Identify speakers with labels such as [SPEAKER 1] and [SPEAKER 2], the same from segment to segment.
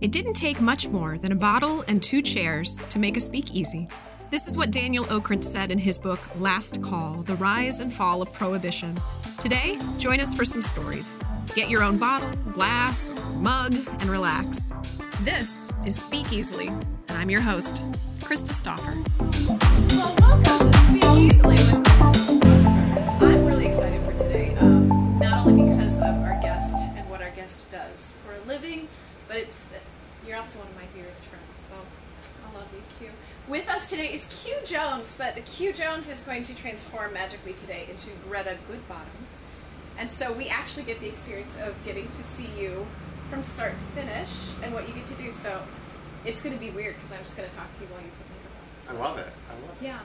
[SPEAKER 1] It didn't take much more than a bottle and two chairs to make a speakeasy. This is what Daniel Okrent said in his book Last Call The Rise and Fall of Prohibition. Today, join us for some stories. Get your own bottle, glass, mug, and relax. This is Speak Easily, and I'm your host, Krista Stoffer. Well, welcome to Speak Easily with Krista Stoffer. I'm really excited for today, um, not only because of our guest and what our guest does for a living, but it's you're also one of my dearest friends, so I love you, Q. With us today is Q Jones, but the Q Jones is going to transform magically today into Greta Goodbottom. And so we actually get the experience of getting to see you from start to finish and what you get to do. So it's going to be weird because I'm just going to talk to you while you put makeup on.
[SPEAKER 2] I
[SPEAKER 1] So-
[SPEAKER 2] love it. I love it.
[SPEAKER 1] yeah.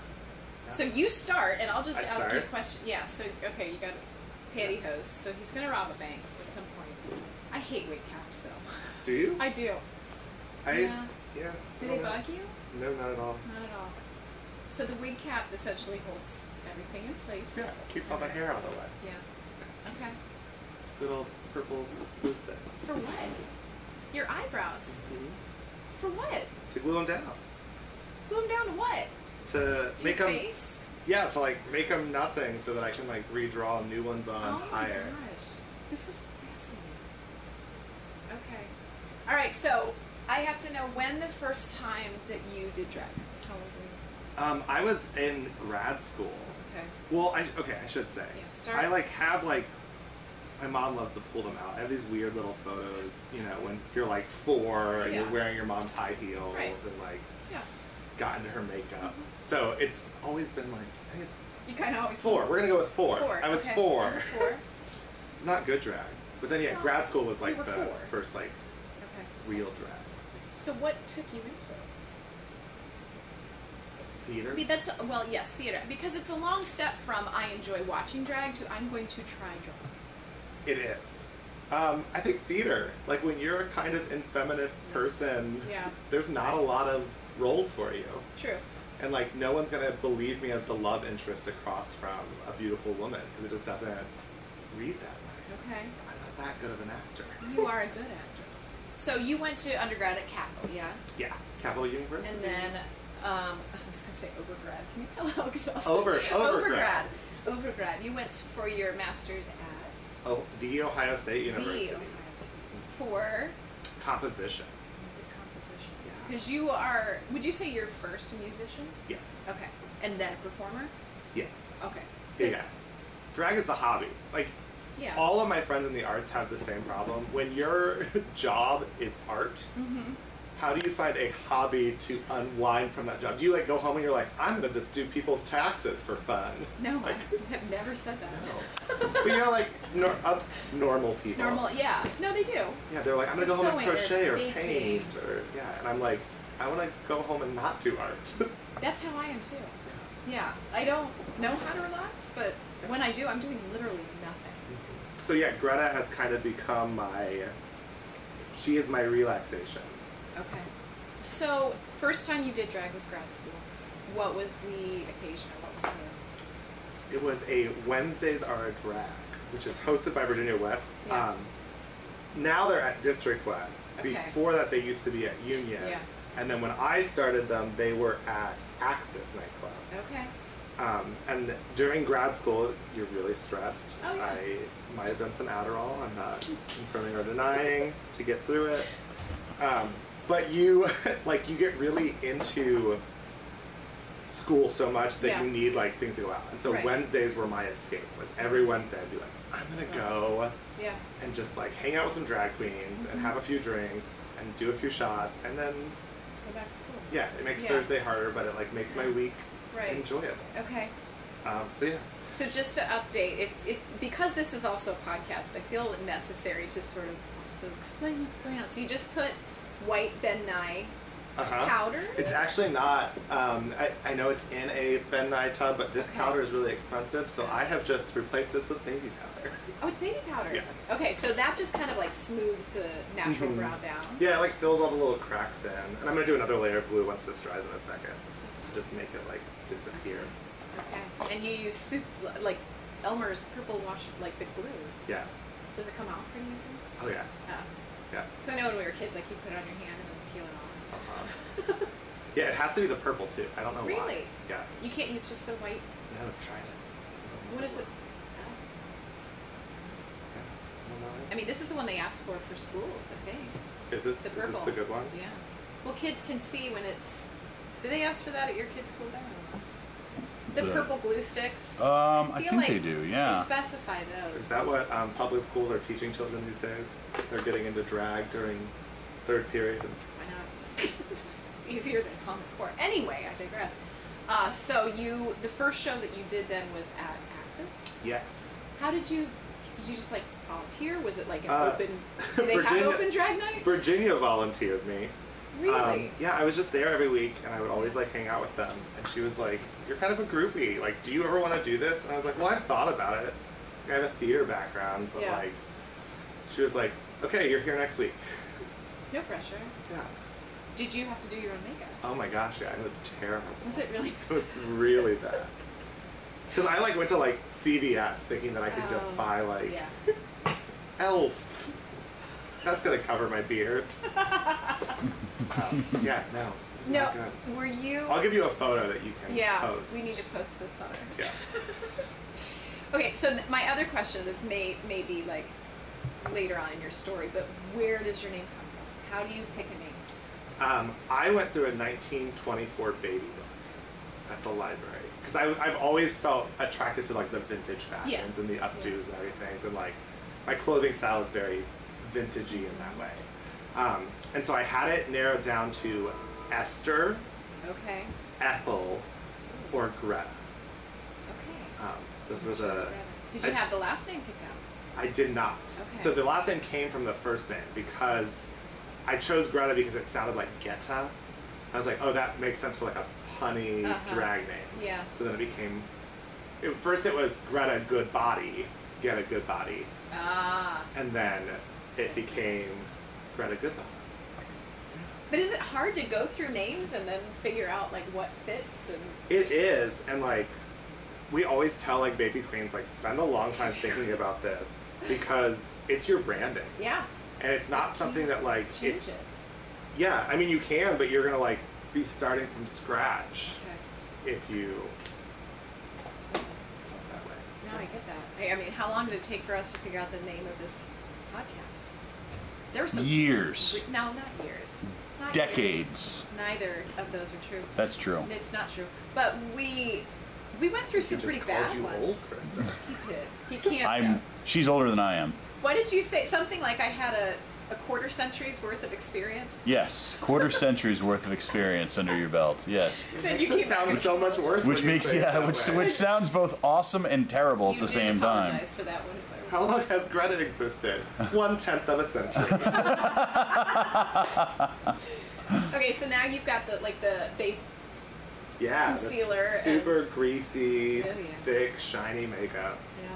[SPEAKER 1] So you start, and I'll just
[SPEAKER 2] I
[SPEAKER 1] ask you a
[SPEAKER 2] start?
[SPEAKER 1] question. Yeah. So okay, you got pantyhose. So he's gonna rob a bank at some point. I hate wig caps though.
[SPEAKER 2] Do you?
[SPEAKER 1] I do.
[SPEAKER 2] I,
[SPEAKER 1] yeah.
[SPEAKER 2] yeah,
[SPEAKER 1] Do
[SPEAKER 2] I
[SPEAKER 1] they
[SPEAKER 2] don't know.
[SPEAKER 1] bug you?
[SPEAKER 2] No, not at all.
[SPEAKER 1] Not at all. So the wig cap essentially holds everything in place.
[SPEAKER 2] Yeah, keeps all the hair out of the way.
[SPEAKER 1] Yeah. Okay.
[SPEAKER 2] Little purple loose thing.
[SPEAKER 1] For what? Your eyebrows.
[SPEAKER 2] Mhm.
[SPEAKER 1] For what?
[SPEAKER 2] To glue them down.
[SPEAKER 1] Glue them down to what?
[SPEAKER 2] To
[SPEAKER 1] To
[SPEAKER 2] make
[SPEAKER 1] your
[SPEAKER 2] them,
[SPEAKER 1] face?
[SPEAKER 2] yeah, to like make them nothing so that I can like redraw new ones
[SPEAKER 1] Oh
[SPEAKER 2] on
[SPEAKER 1] my
[SPEAKER 2] higher.
[SPEAKER 1] gosh. This is fascinating. Okay. All right, so I have to know when the first time that you did drag. How old were
[SPEAKER 2] Um, I was in grad school.
[SPEAKER 1] you? Okay.
[SPEAKER 2] Well, I okay, I should say.
[SPEAKER 1] Yeah, start-
[SPEAKER 2] I like have like my mom loves to pull them out. I have these weird little photos, you know, when you're like four and
[SPEAKER 1] Yeah.
[SPEAKER 2] you're wearing your mom's high heels
[SPEAKER 1] Right.
[SPEAKER 2] and like
[SPEAKER 1] Yeah.
[SPEAKER 2] got into her makeup.
[SPEAKER 1] Mm-hmm.
[SPEAKER 2] So it's always been like I think
[SPEAKER 1] You kind of always
[SPEAKER 2] it's four. We're gonna go with four.
[SPEAKER 1] Four.
[SPEAKER 2] I was
[SPEAKER 1] okay.
[SPEAKER 2] four.
[SPEAKER 1] You were Four.
[SPEAKER 2] It's not good drag, but then yeah,
[SPEAKER 1] No,
[SPEAKER 2] grad school was
[SPEAKER 1] you
[SPEAKER 2] like
[SPEAKER 1] were
[SPEAKER 2] the
[SPEAKER 1] four.
[SPEAKER 2] first like
[SPEAKER 1] Okay.
[SPEAKER 2] real drag
[SPEAKER 1] So what took you into it?
[SPEAKER 2] theater.
[SPEAKER 1] I mean, that's well, yes, theater, because it's a long step from I enjoy watching drag to I'm going to try drag.
[SPEAKER 2] It is. Um, I think theater. Like when you're a kind of effeminate person,
[SPEAKER 1] Yeah.
[SPEAKER 2] there's not a lot of roles for you,
[SPEAKER 1] True.
[SPEAKER 2] and like no one's gonna believe me as the love interest across from a beautiful woman because it just doesn't read that way.
[SPEAKER 1] Okay. Mm-hmm.
[SPEAKER 2] I'm not that good of an actor.
[SPEAKER 1] You are a good actor. So you went to undergrad at Capital, yeah?
[SPEAKER 2] Yeah, Capital University.
[SPEAKER 1] And then um, I was gonna say overgrad. Can you tell how exhausted?
[SPEAKER 2] Over-
[SPEAKER 1] overgrad.
[SPEAKER 2] overgrad.
[SPEAKER 1] Overgrad. You went for your master's at
[SPEAKER 2] Oh, the Ohio State University.
[SPEAKER 1] the Ohio State for
[SPEAKER 2] Composition.
[SPEAKER 1] music composition.
[SPEAKER 2] Yeah.
[SPEAKER 1] Because you are, would you say you're first a musician?
[SPEAKER 2] Yes.
[SPEAKER 1] Okay, and then a performer.
[SPEAKER 2] Yes.
[SPEAKER 1] Okay. 'Cause-
[SPEAKER 2] Yeah. Drag is the hobby. Like
[SPEAKER 1] Yeah.
[SPEAKER 2] all of my friends in the arts have the same problem. When your job is art,
[SPEAKER 1] Mhm.
[SPEAKER 2] how do you find a hobby to unwind from that job? Do you like go home and you're like, I'm gonna just do people's taxes for fun?
[SPEAKER 1] No, I
[SPEAKER 2] Like,
[SPEAKER 1] have never said that.
[SPEAKER 2] no. but you know, like nor- uh, normal people.
[SPEAKER 1] Normal. Yeah. No, they do.
[SPEAKER 2] Yeah, they're like, I'm gonna
[SPEAKER 1] They're
[SPEAKER 2] go home and
[SPEAKER 1] sewing or
[SPEAKER 2] crochet or
[SPEAKER 1] baking.
[SPEAKER 2] paint or yeah, and I'm like, I want to go home and not do art.
[SPEAKER 1] That's how I am too. Yeah. I don't know how to relax, but when I do, I'm doing literally nothing.
[SPEAKER 2] So yeah, Greta has kind of become my. She is my relaxation.
[SPEAKER 1] Okay. So, first time you did drag was grad school. What was the occasion? or What was the
[SPEAKER 2] It was a Wednesdays are a drag, which is hosted by Virginia West.
[SPEAKER 1] Yeah.
[SPEAKER 2] Um, now they're at District West.
[SPEAKER 1] Okay.
[SPEAKER 2] Before that, they used to be at Union.
[SPEAKER 1] Yeah.
[SPEAKER 2] And then when I started them, they were at Axis nightclub.
[SPEAKER 1] okay?
[SPEAKER 2] Um, and during grad school, you're really stressed.
[SPEAKER 1] Oh, yeah.
[SPEAKER 2] I might have done some Adderall. I'm not confirming or denying to get through it. Um, but you, like, you get really into school so much that
[SPEAKER 1] Yeah.
[SPEAKER 2] you need like things to go out. And so
[SPEAKER 1] Right.
[SPEAKER 2] Wednesdays were my escape. Like every Wednesday, I'd be like, I'm gonna
[SPEAKER 1] Oh.
[SPEAKER 2] go
[SPEAKER 1] Yeah.
[SPEAKER 2] and just like hang out with some drag queens and
[SPEAKER 1] Mm-hmm.
[SPEAKER 2] have a few drinks and do a few shots, and then
[SPEAKER 1] Go back to school.
[SPEAKER 2] yeah, it makes
[SPEAKER 1] Yeah.
[SPEAKER 2] Thursday harder, but it like makes my week
[SPEAKER 1] Right.
[SPEAKER 2] enjoyable.
[SPEAKER 1] Okay.
[SPEAKER 2] Um, so yeah.
[SPEAKER 1] So just to update, if, if because this is also a podcast, I feel it necessary to sort of also explain what's going on. So you just put white Ben Nye
[SPEAKER 2] Uh-huh.
[SPEAKER 1] powder.
[SPEAKER 2] It's actually not. Um, I, I know it's in a Ben Nye tub, but this
[SPEAKER 1] Okay.
[SPEAKER 2] powder is really expensive, so I have just replaced this with baby powder.
[SPEAKER 1] oh, it's baby powder.
[SPEAKER 2] Yeah.
[SPEAKER 1] Okay, so that just kind of like smooths the natural
[SPEAKER 2] Mhm.
[SPEAKER 1] brow down.
[SPEAKER 2] Yeah, it like fills all the little cracks in, and I'm gonna do another layer of blue once this dries in a second to just make it like disappear.
[SPEAKER 1] Okay. And you use soup, like Elmer's purple wash, like the glue.
[SPEAKER 2] Yeah.
[SPEAKER 1] Does it come out pretty easily?
[SPEAKER 2] Oh yeah.
[SPEAKER 1] Oh,
[SPEAKER 2] Yeah.
[SPEAKER 1] Because I know when we were kids, like you put it on your hand and then peel it off.
[SPEAKER 2] Uh-huh. yeah, it has to be the purple too. I don't know why.
[SPEAKER 1] Really?
[SPEAKER 2] Yeah.
[SPEAKER 1] You can't use just the white.
[SPEAKER 2] No, I've tried it.
[SPEAKER 1] What is it?
[SPEAKER 2] Yeah, I don't know.
[SPEAKER 1] I mean, this is the one they asked for for schools, I think.
[SPEAKER 2] Is this,
[SPEAKER 1] The
[SPEAKER 2] is this
[SPEAKER 1] purple.
[SPEAKER 2] the good one?
[SPEAKER 1] Yeah. Well, kids can see when it's. Do they ask for that at your kids' school? I don't know. The
[SPEAKER 3] The-
[SPEAKER 1] purple glue sticks.
[SPEAKER 3] Um, I,
[SPEAKER 1] feel
[SPEAKER 3] think
[SPEAKER 1] like
[SPEAKER 3] they do.
[SPEAKER 1] They
[SPEAKER 3] Yeah.
[SPEAKER 1] specify those.
[SPEAKER 2] Is that what um, public schools are teaching children these days? They're getting into drag during third period.
[SPEAKER 1] Why not? it's easier than Common Core. Anyway, I digress. Uh, so you, the first show that you did then was at Axis.
[SPEAKER 2] Yes.
[SPEAKER 1] How did you? Did you just like volunteer? Was it like an
[SPEAKER 2] Uh,
[SPEAKER 1] open? Do they
[SPEAKER 2] Virginia-
[SPEAKER 1] have open drag nights?
[SPEAKER 2] Virginia volunteered me.
[SPEAKER 1] really?
[SPEAKER 2] Um, yeah, I was just there every week, and I would always like hang out with them. And she was like, "You're kind of a groupie. Like, do you ever want to do this?" And I was like, "Well, I've thought about it. Like, I have a theater background, but
[SPEAKER 1] Yeah.
[SPEAKER 2] like," she was like, "Okay, you're here next week."
[SPEAKER 1] no pressure.
[SPEAKER 2] Yeah.
[SPEAKER 1] Did you have to do your own makeup?
[SPEAKER 2] Oh my gosh, yeah, it was terrible.
[SPEAKER 1] Was it really?
[SPEAKER 2] It was really bad. Cause I like went to like CVS thinking that I could
[SPEAKER 1] Oh,
[SPEAKER 2] just buy like
[SPEAKER 1] yeah.
[SPEAKER 2] Elf. That's gonna cover my beard. wow. Yeah, no. it's
[SPEAKER 1] No.
[SPEAKER 2] not good.
[SPEAKER 1] Were you?
[SPEAKER 2] I'll give you a photo that you can
[SPEAKER 1] yeah.
[SPEAKER 2] post.
[SPEAKER 1] We need to post this on our.
[SPEAKER 2] Yeah.
[SPEAKER 1] Okay, so th- my other question, this may may be like later on in your story, but where does your name come from? How do you pick a name?
[SPEAKER 2] Um, I went through a 1924 baby book at the library because I've always felt attracted to like the vintage fashions
[SPEAKER 1] Yeah.
[SPEAKER 2] and the updos and everything. And like my clothing style is very vintagey in that way. Um, and so I had it narrowed down to Esther,
[SPEAKER 1] Okay,
[SPEAKER 2] Ethel, or Greta.
[SPEAKER 1] okay.
[SPEAKER 2] Um, this was
[SPEAKER 1] Just
[SPEAKER 2] a.
[SPEAKER 1] grab it. Did you
[SPEAKER 2] I-
[SPEAKER 1] have the last name picked out?
[SPEAKER 2] I did not.
[SPEAKER 1] Okay.
[SPEAKER 2] So the last name came from the first name because I chose Greta because it sounded like Geta. I was like, oh, that makes sense for like a punny
[SPEAKER 1] Uh-huh.
[SPEAKER 2] drag name.
[SPEAKER 1] Yeah.
[SPEAKER 2] So then it became. It, first, it was Greta Good Body, Greta Good Body,
[SPEAKER 1] Ah,
[SPEAKER 2] and then it became Greta Good Body.
[SPEAKER 1] but is it hard to go through names and then figure out like what fits and
[SPEAKER 2] It is, and like, we always tell like baby queens like spend a long time thinking about this because it's your branding,
[SPEAKER 1] yeah,
[SPEAKER 2] and it's not something that like
[SPEAKER 1] change
[SPEAKER 2] it's
[SPEAKER 1] it?
[SPEAKER 2] Yeah, I mean you can, but you're gonna like be starting from scratch
[SPEAKER 1] Okay.
[SPEAKER 2] if you that way.
[SPEAKER 1] No, I get that. I, I mean, how long did it take for us to figure out the name of this podcast? There were some
[SPEAKER 3] Years.
[SPEAKER 1] re- no, not years, Not years.
[SPEAKER 3] Decades.
[SPEAKER 1] Neither of those are true.
[SPEAKER 3] That's true.
[SPEAKER 1] It's not true. But we we went through some
[SPEAKER 2] He just
[SPEAKER 1] pretty
[SPEAKER 2] called
[SPEAKER 1] bad
[SPEAKER 2] you old,
[SPEAKER 1] ones.
[SPEAKER 2] Krista.
[SPEAKER 1] He did. He can't. though.
[SPEAKER 3] I'm. She's older than I am.
[SPEAKER 1] What did you say? Something like I had a, a quarter century's worth of experience.
[SPEAKER 3] Yes, quarter century's worth of experience under your belt. Yes,
[SPEAKER 1] Then
[SPEAKER 2] Makes
[SPEAKER 1] you
[SPEAKER 2] it
[SPEAKER 1] came back
[SPEAKER 2] sound
[SPEAKER 1] and-
[SPEAKER 2] so much worse.
[SPEAKER 3] which
[SPEAKER 2] when you
[SPEAKER 3] makes
[SPEAKER 2] say it
[SPEAKER 3] yeah,
[SPEAKER 2] that
[SPEAKER 3] which
[SPEAKER 2] way.
[SPEAKER 3] which sounds both awesome and terrible
[SPEAKER 1] You
[SPEAKER 3] at the
[SPEAKER 1] did
[SPEAKER 3] same
[SPEAKER 1] apologize
[SPEAKER 3] time.
[SPEAKER 1] for that one. If I
[SPEAKER 2] How long has Greta existed? One tenth of a century.
[SPEAKER 1] remember. Okay, so now you've got the like the base.
[SPEAKER 2] Yeah. this
[SPEAKER 1] Concealer and-
[SPEAKER 2] Super greasy,
[SPEAKER 1] Oh, yeah.
[SPEAKER 2] thick, shiny makeup.
[SPEAKER 1] Yeah.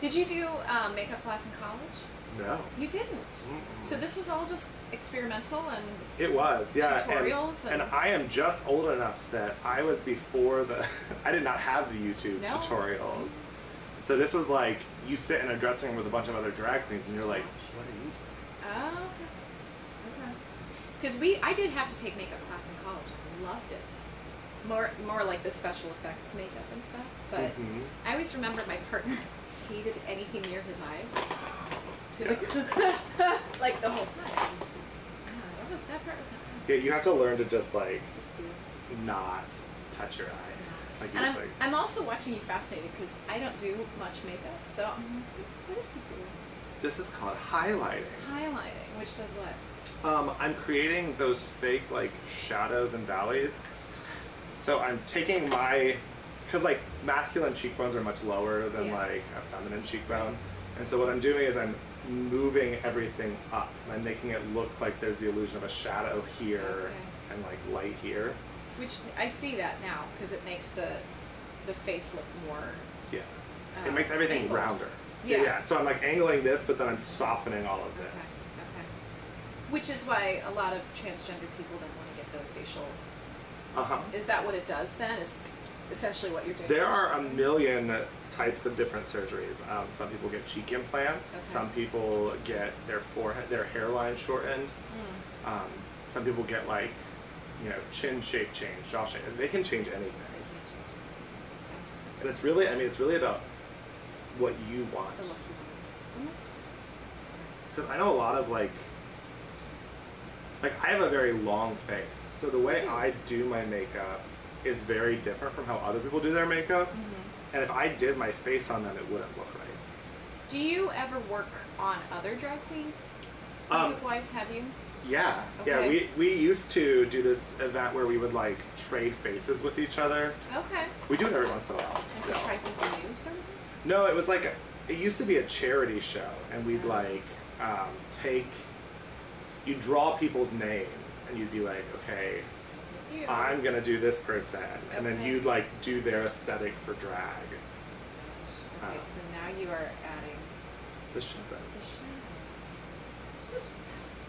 [SPEAKER 1] Did you do um, makeup class in college?
[SPEAKER 2] No.
[SPEAKER 1] You didn't. So this was all just experimental and
[SPEAKER 2] It was, yeah. and-
[SPEAKER 1] Tutorials
[SPEAKER 2] and,
[SPEAKER 1] and-
[SPEAKER 2] I am just old enough that I was before the. I did not have the YouTube
[SPEAKER 1] No.
[SPEAKER 2] tutorials, so this was like you sit in a dressing room with a bunch of other drag queens, and you're like, "What are you?" doing?"
[SPEAKER 1] oh, okay. Okay. Because we, I did have to take makeup class in college. I loved it. More, more like the special effects makeup and stuff. But
[SPEAKER 2] Mhm.
[SPEAKER 1] I always remember my partner hated anything near his eyes. So he was like, like the whole time. God, what was that part? Was that fun?
[SPEAKER 2] Yeah, you have to learn to just like
[SPEAKER 1] Just do-
[SPEAKER 2] not touch your eye. Like you
[SPEAKER 1] And I'm,
[SPEAKER 2] just like,
[SPEAKER 1] I'm also watching you fascinated because I don't do much makeup. So I'm like, what does he do?
[SPEAKER 2] this is called highlighting.
[SPEAKER 1] Highlighting, which does what?
[SPEAKER 2] Um, I'm creating those fake like shadows and valleys. So I'm taking my, because like masculine cheekbones are much lower than
[SPEAKER 1] Yeah.
[SPEAKER 2] like a feminine cheekbone, and so what I'm doing is I'm moving everything up. And I'm making it look like there's the illusion of a shadow here
[SPEAKER 1] Okay.
[SPEAKER 2] and like light here.
[SPEAKER 1] Which I see that now because it makes the the face look more.
[SPEAKER 2] Yeah,
[SPEAKER 1] Uh,
[SPEAKER 2] it makes everything
[SPEAKER 1] angled.
[SPEAKER 2] rounder.
[SPEAKER 1] Yeah.
[SPEAKER 2] yeah. So I'm like angling this, but then I'm softening all of
[SPEAKER 1] Okay.
[SPEAKER 2] this.
[SPEAKER 1] Okay. Which is why a lot of transgender people then want to get the facial.
[SPEAKER 2] Uh huh.
[SPEAKER 1] Is that what it does then? Is essentially what you're doing.
[SPEAKER 2] There are um, a million types of different surgeries. Um, some people get cheek implants.
[SPEAKER 1] Okay.
[SPEAKER 2] Some people get their forehead, their hairline shortened.
[SPEAKER 1] Hmm,
[SPEAKER 2] Um, some people get like, you know, chin shape change, jaw shape. They can change anything,
[SPEAKER 1] That's awesome.
[SPEAKER 2] and it's really, I mean, it's really about what you want.
[SPEAKER 1] The lucky one. That makes sense.
[SPEAKER 2] Because I know a lot of like, like I have a very long face, so the way
[SPEAKER 1] You do.
[SPEAKER 2] I do my makeup is very different from how other people do their makeup.
[SPEAKER 1] Mm-hmm.
[SPEAKER 2] And if I did my face on them, it wouldn't look right.
[SPEAKER 1] Do you ever work on other drag queens?
[SPEAKER 2] Um,
[SPEAKER 1] Wise, have you?
[SPEAKER 2] Yeah, yeah.
[SPEAKER 1] Okay.
[SPEAKER 2] We we used to do this event where we would like trade faces with each other.
[SPEAKER 1] Okay.
[SPEAKER 2] We do it every once in a while.
[SPEAKER 1] Have to
[SPEAKER 2] Still.
[SPEAKER 1] try something new, sort of?
[SPEAKER 2] No, it was like a, it used to be a charity show, and we'd like um, take you draw people's names, and you'd be like, okay,
[SPEAKER 1] You.
[SPEAKER 2] I'm gonna do this person, and then
[SPEAKER 1] Okay.
[SPEAKER 2] you'd like do their aesthetic for drag.
[SPEAKER 1] Okay,
[SPEAKER 2] uh,
[SPEAKER 1] so now you are adding
[SPEAKER 2] The show
[SPEAKER 1] the
[SPEAKER 2] does.
[SPEAKER 1] shadows.
[SPEAKER 4] This is fascinating.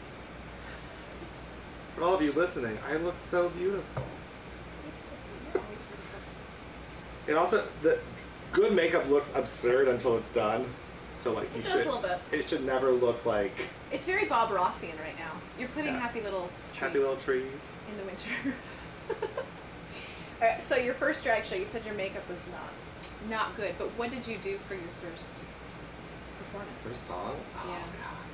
[SPEAKER 2] For all of you listening, I look so beautiful.
[SPEAKER 1] You're always beautiful.
[SPEAKER 2] It also the good makeup looks absurd until it's done. So like you
[SPEAKER 1] It does
[SPEAKER 2] should
[SPEAKER 1] a little bit.
[SPEAKER 2] it should never look like
[SPEAKER 1] It's very Bob Rossian right now. You're putting
[SPEAKER 2] Yeah.
[SPEAKER 1] happy little trees
[SPEAKER 2] happy little trees.
[SPEAKER 1] in the winter. All right, so your first drag show, you said your makeup was not not good, but what did you do for your first performance?
[SPEAKER 2] First song. Oh,
[SPEAKER 1] Yeah.
[SPEAKER 2] God.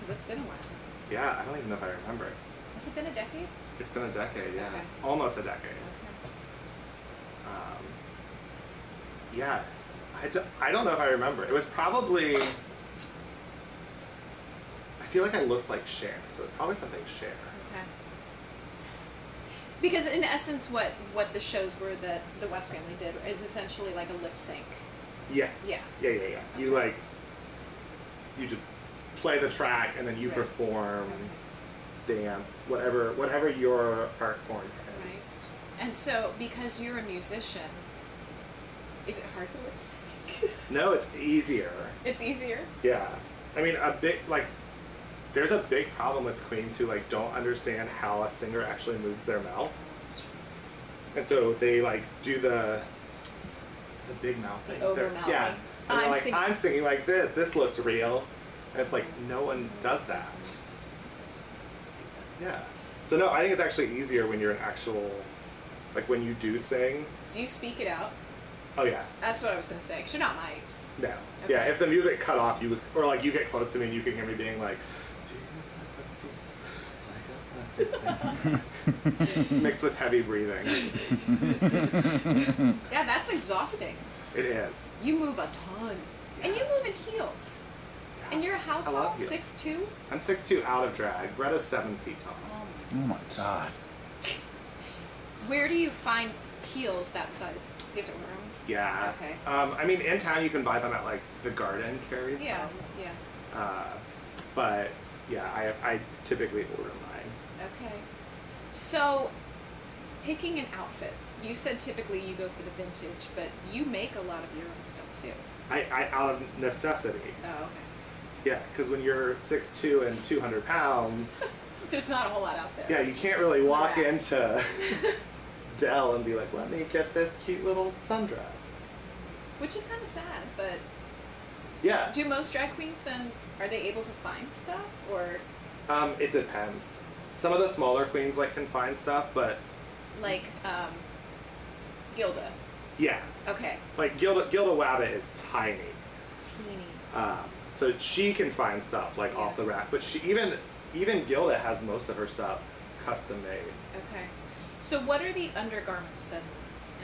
[SPEAKER 1] Because it's been a while. hasn't
[SPEAKER 2] Yeah, I don't even know if I remember.
[SPEAKER 1] it? Has it been a decade?
[SPEAKER 2] It's been a decade, yeah,
[SPEAKER 1] Okay.
[SPEAKER 2] almost a decade.
[SPEAKER 1] Okay.
[SPEAKER 2] Um, yeah, I, do, I don't know if I remember. It was probably. I feel like I looked like Cher, so it's probably something Cher.
[SPEAKER 1] Okay. Because in essence, what what the shows were that the West family did is essentially like a lip sync.
[SPEAKER 2] Yes.
[SPEAKER 1] Yeah.
[SPEAKER 2] Yeah, yeah, yeah. You like. You just play the track and then you
[SPEAKER 1] Right.
[SPEAKER 2] perform,
[SPEAKER 1] Okay.
[SPEAKER 2] dance, whatever, whatever your art form is.
[SPEAKER 1] Right. And so, because you're a musician, is it hard to lip sync?
[SPEAKER 2] No, it's easier.
[SPEAKER 1] it's easier.
[SPEAKER 2] Yeah. I mean, a big, like, there's a big problem with queens who, like, don't understand how a singer actually moves their mouth. And so they, like, do the, the big mouth thing.
[SPEAKER 1] over
[SPEAKER 2] They're-
[SPEAKER 1] mouth
[SPEAKER 2] Yeah.
[SPEAKER 1] thing.
[SPEAKER 2] And they're
[SPEAKER 1] I'm
[SPEAKER 2] like,
[SPEAKER 1] singing-
[SPEAKER 2] I'm singing like this. This looks real. And it's like, no one does that. Yeah. So, no, I think it's actually easier when you're an actual, like, when you do sing.
[SPEAKER 1] Do you speak it out?
[SPEAKER 2] Oh, yeah.
[SPEAKER 1] That's what I was gonna say. you you're not mic'd.
[SPEAKER 2] No. Yeah,
[SPEAKER 1] Okay.
[SPEAKER 2] if the music cut off, you or like you get close to me and you can hear me being like, mixed with heavy breathing.
[SPEAKER 1] Yeah, that's exhausting.
[SPEAKER 2] It is.
[SPEAKER 1] You move a ton, and you move in heels. And you're how
[SPEAKER 2] I love
[SPEAKER 1] tall?
[SPEAKER 2] heels.
[SPEAKER 1] Six two.
[SPEAKER 2] I'm six two out of drag. Greta's seven feet tall.
[SPEAKER 3] Oh my god.
[SPEAKER 1] Where do you find heels that size? Do you have to order them?
[SPEAKER 2] Yeah.
[SPEAKER 1] Okay.
[SPEAKER 2] Um, I mean, in town you can buy them at like the garden carries.
[SPEAKER 1] Yeah,
[SPEAKER 2] them.
[SPEAKER 1] yeah.
[SPEAKER 2] Uh, but yeah, I, I typically order mine.
[SPEAKER 1] Okay. So, picking an outfit. You said typically you go for the vintage, but you make a lot of your own stuff too.
[SPEAKER 2] I, I out of necessity.
[SPEAKER 1] Oh, okay.
[SPEAKER 2] Yeah, because when you're six two and two hundred pounds.
[SPEAKER 1] There's not a whole lot out there.
[SPEAKER 2] Yeah, you can't really walk
[SPEAKER 1] Yeah.
[SPEAKER 2] into Dell and be like, let me get this cute little sundress.
[SPEAKER 1] Which is kind of sad, but
[SPEAKER 2] Yeah,
[SPEAKER 1] do most drag queens then are they able to find stuff or
[SPEAKER 2] um, it depends. Some of the smaller queens like can find stuff, but
[SPEAKER 1] like um, Gilda?
[SPEAKER 2] yeah,
[SPEAKER 1] Okay,
[SPEAKER 2] like Gilda Gilda Wabbit is tiny,
[SPEAKER 1] teeny.
[SPEAKER 2] um, so she can find stuff like off
[SPEAKER 1] Yeah.
[SPEAKER 2] the rack. But she even even Gilda has most of her stuff custom made.
[SPEAKER 1] Okay. So what are the undergarments then?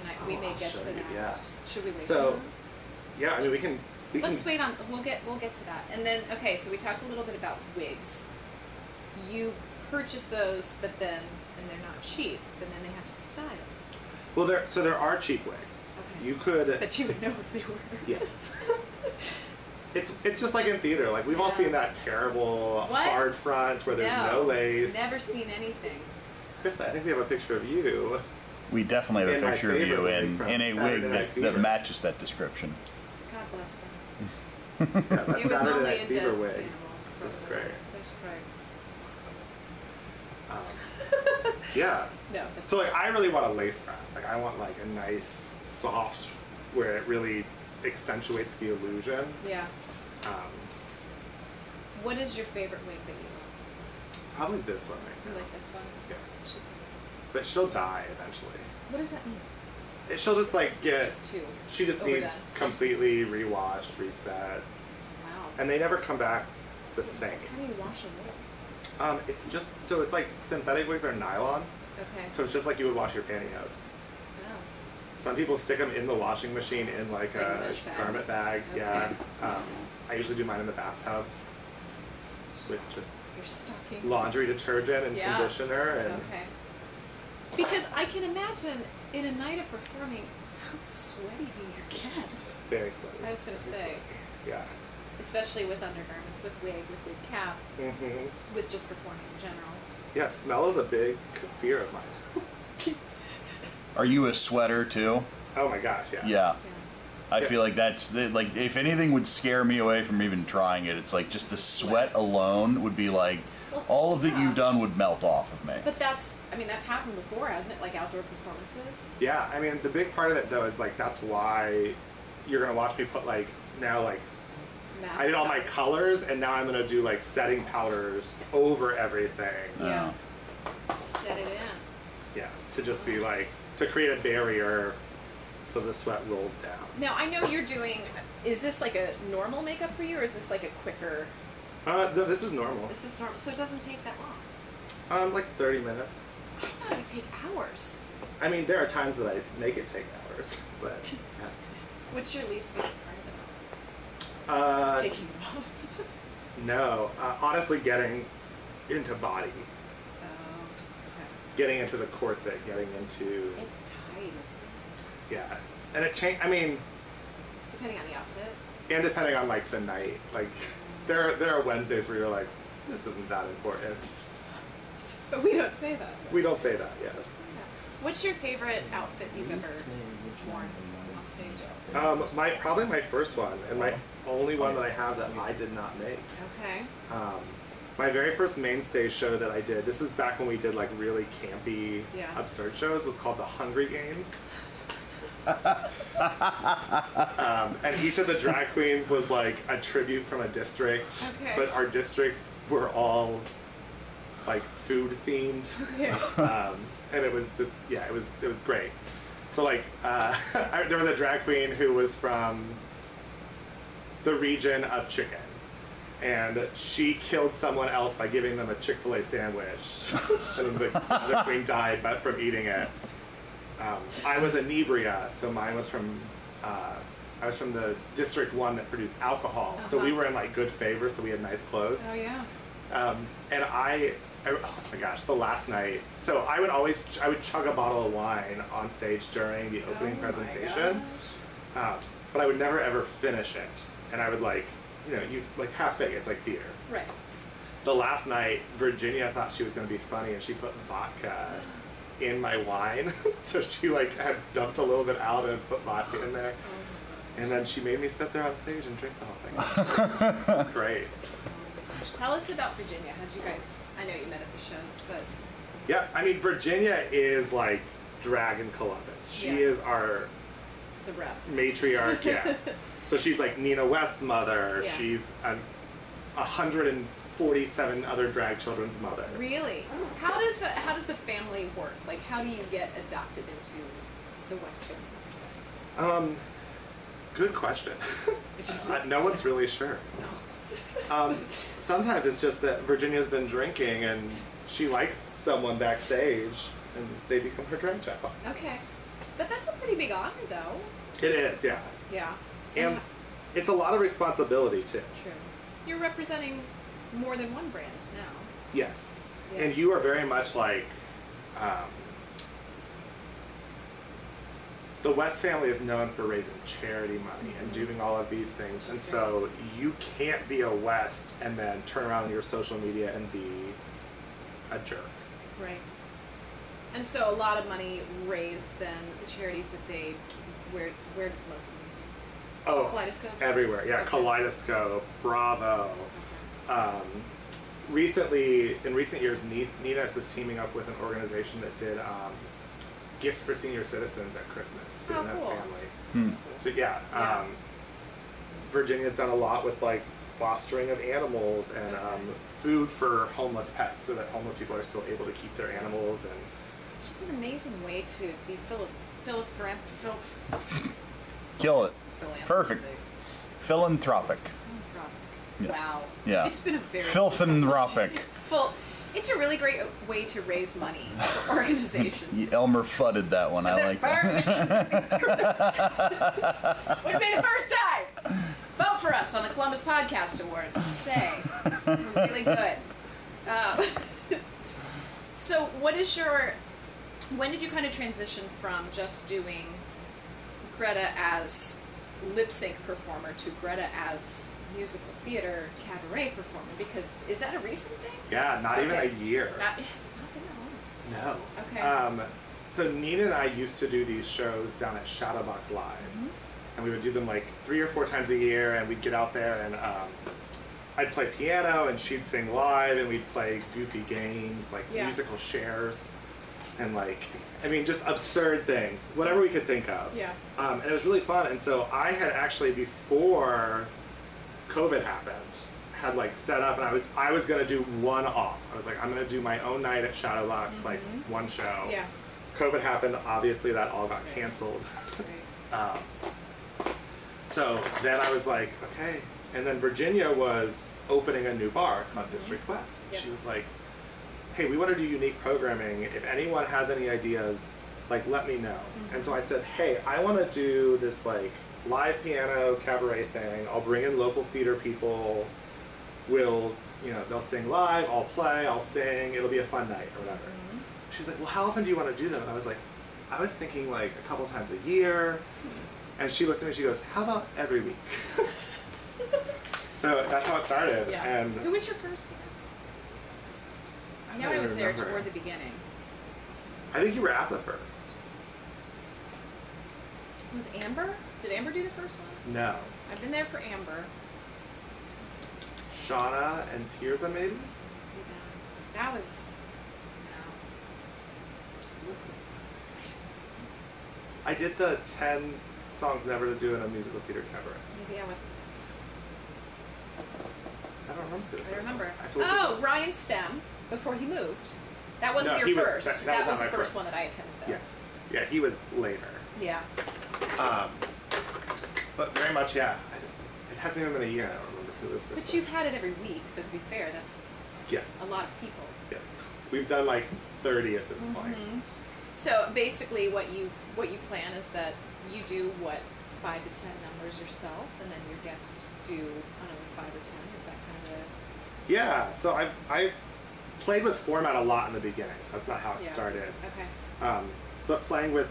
[SPEAKER 1] And I, we
[SPEAKER 2] Oh,
[SPEAKER 1] may
[SPEAKER 2] I'll
[SPEAKER 1] get
[SPEAKER 2] show
[SPEAKER 1] to
[SPEAKER 2] you,
[SPEAKER 1] that.
[SPEAKER 2] yeah.
[SPEAKER 1] Should we wait?
[SPEAKER 2] So
[SPEAKER 1] for that?
[SPEAKER 2] yeah, I mean we can we
[SPEAKER 1] Let's
[SPEAKER 2] can
[SPEAKER 1] wait on. We'll get. We'll get to that. And then, okay. So we talked a little bit about wigs. You purchase those, but then, and they're not cheap. And then they have to be styled.
[SPEAKER 2] well there so there are cheap wigs.
[SPEAKER 1] Okay.
[SPEAKER 2] You could
[SPEAKER 1] But you would know if they were.
[SPEAKER 2] Yes. It's, it's just like in theater. Like we've all
[SPEAKER 1] Yeah.
[SPEAKER 2] seen that terrible
[SPEAKER 1] What?
[SPEAKER 2] hard front where there's no,
[SPEAKER 1] No.
[SPEAKER 2] lace.
[SPEAKER 1] Never seen anything.
[SPEAKER 2] Krista, I think we have a picture of you.
[SPEAKER 3] We definitely have
[SPEAKER 2] And
[SPEAKER 3] a
[SPEAKER 2] my
[SPEAKER 3] picture of you
[SPEAKER 2] favorite
[SPEAKER 3] in,
[SPEAKER 2] wig
[SPEAKER 3] in a
[SPEAKER 2] from Saturday
[SPEAKER 3] wig
[SPEAKER 2] Night
[SPEAKER 3] that, that
[SPEAKER 2] Fever.
[SPEAKER 3] matches that description.
[SPEAKER 1] God bless them.
[SPEAKER 2] Yeah,
[SPEAKER 1] it
[SPEAKER 2] that
[SPEAKER 1] was
[SPEAKER 2] Saturday
[SPEAKER 1] only
[SPEAKER 2] Night
[SPEAKER 1] a
[SPEAKER 2] Fever
[SPEAKER 1] dead
[SPEAKER 2] wig.
[SPEAKER 1] animal.
[SPEAKER 2] That's great.
[SPEAKER 1] That's great.
[SPEAKER 2] Um, Yeah.
[SPEAKER 1] No, that's
[SPEAKER 2] So like I really want a lace wrap. Like I want like a nice soft where it really accentuates the illusion.
[SPEAKER 1] yeah.
[SPEAKER 2] Um,
[SPEAKER 1] What is your favorite wig that you
[SPEAKER 2] probably this one right
[SPEAKER 1] like?
[SPEAKER 2] now.
[SPEAKER 1] You like this one?
[SPEAKER 2] Yeah. But she'll die eventually.
[SPEAKER 1] What does that mean?
[SPEAKER 2] It- She'll just like get
[SPEAKER 1] Just two.
[SPEAKER 2] she just
[SPEAKER 1] Overdone.
[SPEAKER 2] needs completely rewashed, reset.
[SPEAKER 1] Wow.
[SPEAKER 2] And they never come back the same.
[SPEAKER 1] How do you wash a wig?
[SPEAKER 2] Um, it's just so it's like synthetic wigs are nylon.
[SPEAKER 1] Okay.
[SPEAKER 2] So it's just like you would wash your pantyhose.
[SPEAKER 1] Oh.
[SPEAKER 2] Some people stick them in the washing machine in like,
[SPEAKER 1] Like a
[SPEAKER 2] a
[SPEAKER 1] mesh bag.
[SPEAKER 2] garment bag. Yeah.
[SPEAKER 1] Okay.
[SPEAKER 2] Um, I usually do mine in the bathtub with just
[SPEAKER 1] Your stockings.
[SPEAKER 2] laundry detergent and
[SPEAKER 1] Yeah.
[SPEAKER 2] conditioner and
[SPEAKER 1] Okay. Because I can imagine in a night of performing, how sweaty do you get?
[SPEAKER 2] very slowly.
[SPEAKER 1] I was gonna say,
[SPEAKER 2] Yeah.
[SPEAKER 1] especially with undergarments, with wig, with wig cap,
[SPEAKER 2] hmm
[SPEAKER 1] with just performing in general.
[SPEAKER 2] Yeah. Smell is a big fear of mine.
[SPEAKER 3] Are you a sweater too?
[SPEAKER 2] Oh my gosh. Yeah.
[SPEAKER 3] Yeah.
[SPEAKER 1] Yeah.
[SPEAKER 3] I
[SPEAKER 2] Yeah.
[SPEAKER 3] feel like that's the- like if anything would scare me away from even trying it, it's like just the sweat alone would be like all of that you've done would melt off of me.
[SPEAKER 1] But that's, I mean, that's happened before, hasn't it? Like outdoor performances.
[SPEAKER 2] Yeah, I mean, the big part of it though is like that's why you're gonna watch me put like now like
[SPEAKER 1] Mask
[SPEAKER 2] I did all
[SPEAKER 1] up.
[SPEAKER 2] my colors and now I'm gonna do like setting powders over everything.
[SPEAKER 1] Yeah.
[SPEAKER 3] Yeah.
[SPEAKER 1] Just set it in.
[SPEAKER 2] Yeah, to just be like to create a barrier so the sweat rolls down.
[SPEAKER 1] Now I know you're doing. Is this like a normal makeup for you, or is this like a quicker?
[SPEAKER 2] Uh, no, this is normal.
[SPEAKER 1] This is normal, so it doesn't take that long.
[SPEAKER 2] Um, like 30 minutes.
[SPEAKER 1] I thought it would take hours.
[SPEAKER 2] I mean, there are times that I make it take hours, but
[SPEAKER 1] What's your least favorite part
[SPEAKER 2] uh,
[SPEAKER 1] of it? Taking it off.
[SPEAKER 2] no, uh, honestly, getting into body,
[SPEAKER 1] Oh, okay.
[SPEAKER 2] getting into the corset, getting into
[SPEAKER 1] It's tight, isn't it?
[SPEAKER 2] yeah, and it changed. I mean.
[SPEAKER 1] Depending on the outfit.
[SPEAKER 2] and depending on like the night like there there are wednesdays where you're like this isn't that important
[SPEAKER 1] But we don't say that.
[SPEAKER 2] we don't say that yes
[SPEAKER 1] What's your favorite outfit you've ever worn on stage?
[SPEAKER 2] um my probably my first one and my only one that i have that i did not make
[SPEAKER 1] Okay.
[SPEAKER 2] um my very first mainstay show that i did this is back when we did like really campy
[SPEAKER 1] Yeah.
[SPEAKER 2] absurd shows was called the hungry games um, and each of the drag queens was like a tribute from a district
[SPEAKER 1] Okay.
[SPEAKER 2] but our districts were all like food themed
[SPEAKER 1] Okay.
[SPEAKER 2] um, and it was this, yeah, it was it was great. So like, uh, I, there was a drag queen who was from the region of chicken, and she killed someone else by giving them a Chick Fil A sandwich, and then the other queen died, but from eating it. Um, I was inebria, so mine was from. Uh, I was from the district one that produced alcohol, so we
[SPEAKER 1] Uh-huh.
[SPEAKER 2] were in like good favor, so we had nice clothes.
[SPEAKER 1] Oh yeah.
[SPEAKER 2] Um, and I, I, oh my gosh, the last night. So I would always, I would chug a bottle of wine on stage during the opening
[SPEAKER 1] Oh my
[SPEAKER 2] presentation, um, but I would never ever finish it. And I would like, you know, you like halfway. It's like beer.
[SPEAKER 1] gosh. Right.
[SPEAKER 2] The last night, Virginia thought she was gonna be funny, and she put vodka in my wine. so she like had dumped a little bit out and put vodka in there, and then she made me sit there on stage and drink the whole thing. It's Great.
[SPEAKER 1] Tell us about Virginia. How'd you guys? I know you met at the shows, but
[SPEAKER 2] Yeah, I mean Virginia is like Dragon Columbus. She
[SPEAKER 1] Yeah.
[SPEAKER 2] is our
[SPEAKER 1] the rep.
[SPEAKER 2] matriarch. Yeah. so she's like Nina West's mother.
[SPEAKER 1] Yeah.
[SPEAKER 2] She's a 147 other drag children's mother.
[SPEAKER 1] Really? How does the, how does the family work? Like, how do you get adopted into the West family? per se?
[SPEAKER 2] Um, good question.
[SPEAKER 1] It just-
[SPEAKER 2] Uh, no one's really sure. Um, sometimes it's just that Virginia's been drinking and she likes someone backstage and they become her drag child.
[SPEAKER 1] Okay. But that's a pretty big honor, though.
[SPEAKER 2] It is, yeah.
[SPEAKER 1] Yeah.
[SPEAKER 2] And it's a lot of responsibility too.
[SPEAKER 1] True. You're representing more than one brand now.
[SPEAKER 2] Yes.
[SPEAKER 1] Yeah.
[SPEAKER 2] And you are very much like um, the West family is known for raising charity money and
[SPEAKER 1] Mm-hmm.
[SPEAKER 2] doing all of these things. And
[SPEAKER 1] Interesting.
[SPEAKER 2] so you can't be a West and then turn around on your social media and be a jerk.
[SPEAKER 1] Right. And so a lot of money raised then the charities that they where where does most of them
[SPEAKER 2] Oh,
[SPEAKER 1] Kaleidoscope?
[SPEAKER 2] everywhere. Yeah,
[SPEAKER 1] Okay.
[SPEAKER 2] Kaleidoscope, Bravo.
[SPEAKER 1] go?
[SPEAKER 2] Um, recently, in recent years, Ni- Nina was teaming up with an organization that did um, gifts for senior citizens at Christmas who
[SPEAKER 1] Oh,
[SPEAKER 2] didn't have
[SPEAKER 1] cool.
[SPEAKER 3] Hmm.
[SPEAKER 2] family. So yeah,
[SPEAKER 1] Yeah.
[SPEAKER 2] Um, Virginia's done a lot with like fostering of animals and um, food for homeless pets, so that homeless people are still able to keep their animals and
[SPEAKER 1] Which is an amazing way to be philip philanthrop phil-
[SPEAKER 3] Kill it.
[SPEAKER 1] philanthropic.
[SPEAKER 3] Perfect. Philanthropic.
[SPEAKER 1] Philanthropic.
[SPEAKER 3] Yeah.
[SPEAKER 1] Wow.
[SPEAKER 3] Yeah.
[SPEAKER 1] It's been a very
[SPEAKER 3] Philanthropic.
[SPEAKER 1] Full. It's a really great way to raise money for organizations.
[SPEAKER 3] Elmer fudded that one. I like that.
[SPEAKER 1] Would have been the first time. Vote for us on the Columbus Podcast Awards today. We're really good. Um, so, what is your? When did you kind of transition from just doing Greta as lip sync performer to Greta as musical theater cabaret performer? Because is that a recent thing?
[SPEAKER 2] yeah, not even
[SPEAKER 1] Okay.
[SPEAKER 2] a year.
[SPEAKER 1] Not, it's not been that long. Okay.
[SPEAKER 2] No. Um, so Nina and I used to do these shows down at Shadowbox Live,
[SPEAKER 1] Mm-hmm.
[SPEAKER 2] and we would do them like three or four times a year, and we'd get out there and um, I'd play piano and she'd sing live, and we'd play goofy games like
[SPEAKER 1] Yeah.
[SPEAKER 2] musical shares, and like I mean just absurd things, whatever we could think of.
[SPEAKER 1] Yeah.
[SPEAKER 2] Um, and it was really fun. And so I had actually before COVID happened, had like set up, and I was I was gonna do one off. I was like, I'm gonna do my own night at Shadowbox, like one show.
[SPEAKER 1] Yeah.
[SPEAKER 2] COVID happened. Obviously, that all got canceled. Um, so then I was like, okay. And then Virginia was opening a new bar called District West. And
[SPEAKER 1] Yeah.
[SPEAKER 2] She was like, hey, we want to do unique programming. If anyone has any ideas, like let me know. And so I said, hey, I want to do this like live piano cabaret thing. I'll bring in local theater people. We'll, you know, they'll sing live. I'll play. I'll sing. It'll be a fun night or whatever. She was like, well, how often do you want to do them? And I was like, I was thinking like a couple times a year.
[SPEAKER 1] Hmm.
[SPEAKER 2] And she looks at me. and She goes, how about every week? so that's how it started.
[SPEAKER 1] Yeah.
[SPEAKER 2] And
[SPEAKER 1] Who was your first? Dan? I know
[SPEAKER 2] don't
[SPEAKER 1] I was there
[SPEAKER 2] remember.
[SPEAKER 1] toward the beginning.
[SPEAKER 2] I think you were at the first.
[SPEAKER 1] Was Amber? Did Amber do the first one?
[SPEAKER 2] No.
[SPEAKER 1] I've been there for Amber.
[SPEAKER 2] Shauna and Tirza, maybe?
[SPEAKER 1] Let's see that. That was. No.
[SPEAKER 2] I did the 10 songs never to do in a musical theater cabaret.
[SPEAKER 1] Maybe I wasn't.
[SPEAKER 2] I don't remember. The
[SPEAKER 1] I don't
[SPEAKER 2] first
[SPEAKER 1] remember.
[SPEAKER 2] ones. I feel like
[SPEAKER 1] Oh, Ryan Stem before he moved. That wasn't
[SPEAKER 2] No,
[SPEAKER 1] your
[SPEAKER 2] he was-
[SPEAKER 1] first.
[SPEAKER 2] that- that was
[SPEAKER 1] was
[SPEAKER 2] not
[SPEAKER 1] the
[SPEAKER 2] my
[SPEAKER 1] first
[SPEAKER 2] first.
[SPEAKER 1] one that I attended.
[SPEAKER 2] this-
[SPEAKER 1] Though.
[SPEAKER 2] Yes. Yeah, he was later.
[SPEAKER 1] Yeah.
[SPEAKER 2] Um, but very much, yeah. I- It hasn't even been a year. I don't remember who the first
[SPEAKER 1] But
[SPEAKER 2] was.
[SPEAKER 1] you've had it every week, so to be fair, that's
[SPEAKER 2] Yes.
[SPEAKER 1] a lot of people.
[SPEAKER 2] Yes. We've done like 30 at this
[SPEAKER 1] Mm-hmm.
[SPEAKER 2] point.
[SPEAKER 1] So basically, what you what you plan is that you do what five to ten numbers yourself, and then your guests do another five or ten. Is that kind of the
[SPEAKER 2] Yeah, so I've, I played with format a lot in the beginning. So that's not how it
[SPEAKER 1] Yeah.
[SPEAKER 2] started.
[SPEAKER 1] okay?
[SPEAKER 2] Um, but playing with,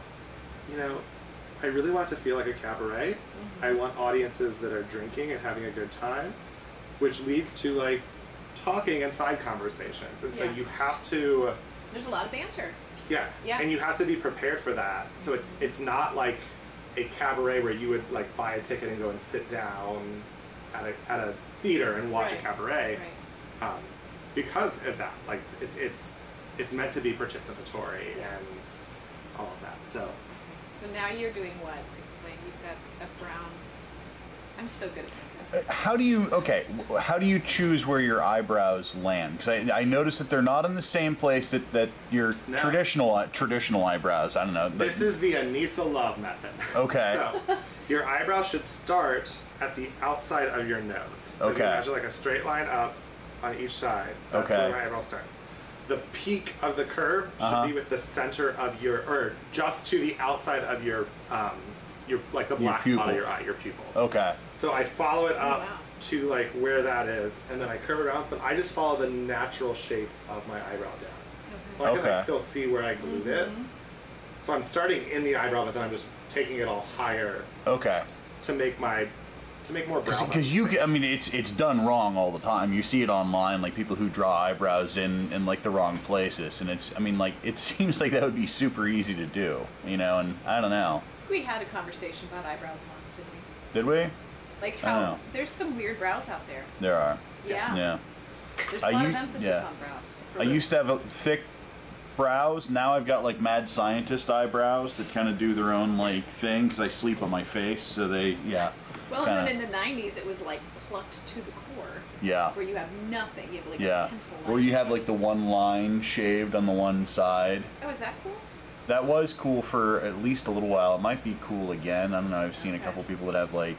[SPEAKER 2] you know, I really want it to feel like a cabaret.
[SPEAKER 3] Mm-hmm.
[SPEAKER 2] I want audiences that are drinking and having a good time, which leads to like talking and side conversations. And so
[SPEAKER 1] Yeah.
[SPEAKER 2] you have to,
[SPEAKER 1] There's a lot of banter.
[SPEAKER 2] yeah,
[SPEAKER 1] Yeah.
[SPEAKER 2] and you have to be prepared for that. So it's it's not like a cabaret where you would like buy a ticket and go and sit down at a, at a theater and watch
[SPEAKER 1] Right.
[SPEAKER 2] a cabaret
[SPEAKER 1] Right.
[SPEAKER 2] um, because of that. Like it's it's it's meant to be participatory
[SPEAKER 1] Yeah.
[SPEAKER 2] and all of that. So
[SPEAKER 1] So now you're doing what? Explain. You've got a brown. I'm so good at makeup.
[SPEAKER 3] How do you okay? wh- How do you choose where your eyebrows land? Because I, I noticed that they're not in the same place that, that your
[SPEAKER 2] No.
[SPEAKER 3] traditional uh, traditional eyebrows. I don't know. but-
[SPEAKER 2] this is the Anissa Love method.
[SPEAKER 3] Okay.
[SPEAKER 2] so your eyebrow should start at the outside of your nose. So if you
[SPEAKER 3] Okay.
[SPEAKER 2] imagine like a straight line up on each side. That's where
[SPEAKER 3] Okay.
[SPEAKER 2] my eyebrow starts. The peak of the curve should
[SPEAKER 3] Uh-huh.
[SPEAKER 2] be with the center of your, or just to the outside of your, um, your like the black spot
[SPEAKER 3] pupil. Oh.
[SPEAKER 2] of your eye, your pupil.
[SPEAKER 3] okay.
[SPEAKER 2] So I follow it up
[SPEAKER 1] wow.
[SPEAKER 2] to like where that is, and then I curve it around. But I just follow the natural shape of my eyebrow down, so I can
[SPEAKER 3] Okay.
[SPEAKER 2] like still see where I glued it.
[SPEAKER 1] Mm-hmm.
[SPEAKER 2] So I'm starting in the eyebrow, but then I'm just taking it all higher
[SPEAKER 3] Okay.
[SPEAKER 2] to make my to make more brow. bones.
[SPEAKER 3] Because you, ca- I mean, it's it's done wrong all the time. You see it online, like people who draw eyebrows in in like the wrong places, and it's, I mean, like it seems like that would be super easy to do, you know. And I don't know.
[SPEAKER 1] We had a conversation about eyebrows once, didn't we?
[SPEAKER 3] Did we?
[SPEAKER 1] Like
[SPEAKER 3] I
[SPEAKER 1] how
[SPEAKER 3] know.
[SPEAKER 1] there's some weird brows out there.
[SPEAKER 3] There are.
[SPEAKER 1] Yeah.
[SPEAKER 3] Yeah.
[SPEAKER 1] There's a
[SPEAKER 3] I
[SPEAKER 1] lot of
[SPEAKER 3] u-
[SPEAKER 1] emphasis
[SPEAKER 3] yeah.
[SPEAKER 1] on brows. for
[SPEAKER 3] I
[SPEAKER 1] the-
[SPEAKER 3] used to have a thick brows. Now I've got like mad scientist eyebrows that kind of do their own like thing because I sleep on my face. So they, yeah,
[SPEAKER 1] Well, and then
[SPEAKER 3] kinda-
[SPEAKER 1] in the '90s, it was like plucked to the core,
[SPEAKER 3] yeah,
[SPEAKER 1] where you have nothing. You have like a
[SPEAKER 3] yeah.
[SPEAKER 1] pencil.
[SPEAKER 3] Or
[SPEAKER 1] line.
[SPEAKER 3] you have like the one line shaved on the one side.
[SPEAKER 1] Oh, is that cool?
[SPEAKER 3] That was cool for at least a little while. It might be cool again. I don't know. I've seen a
[SPEAKER 1] Okay.
[SPEAKER 3] couple people that have like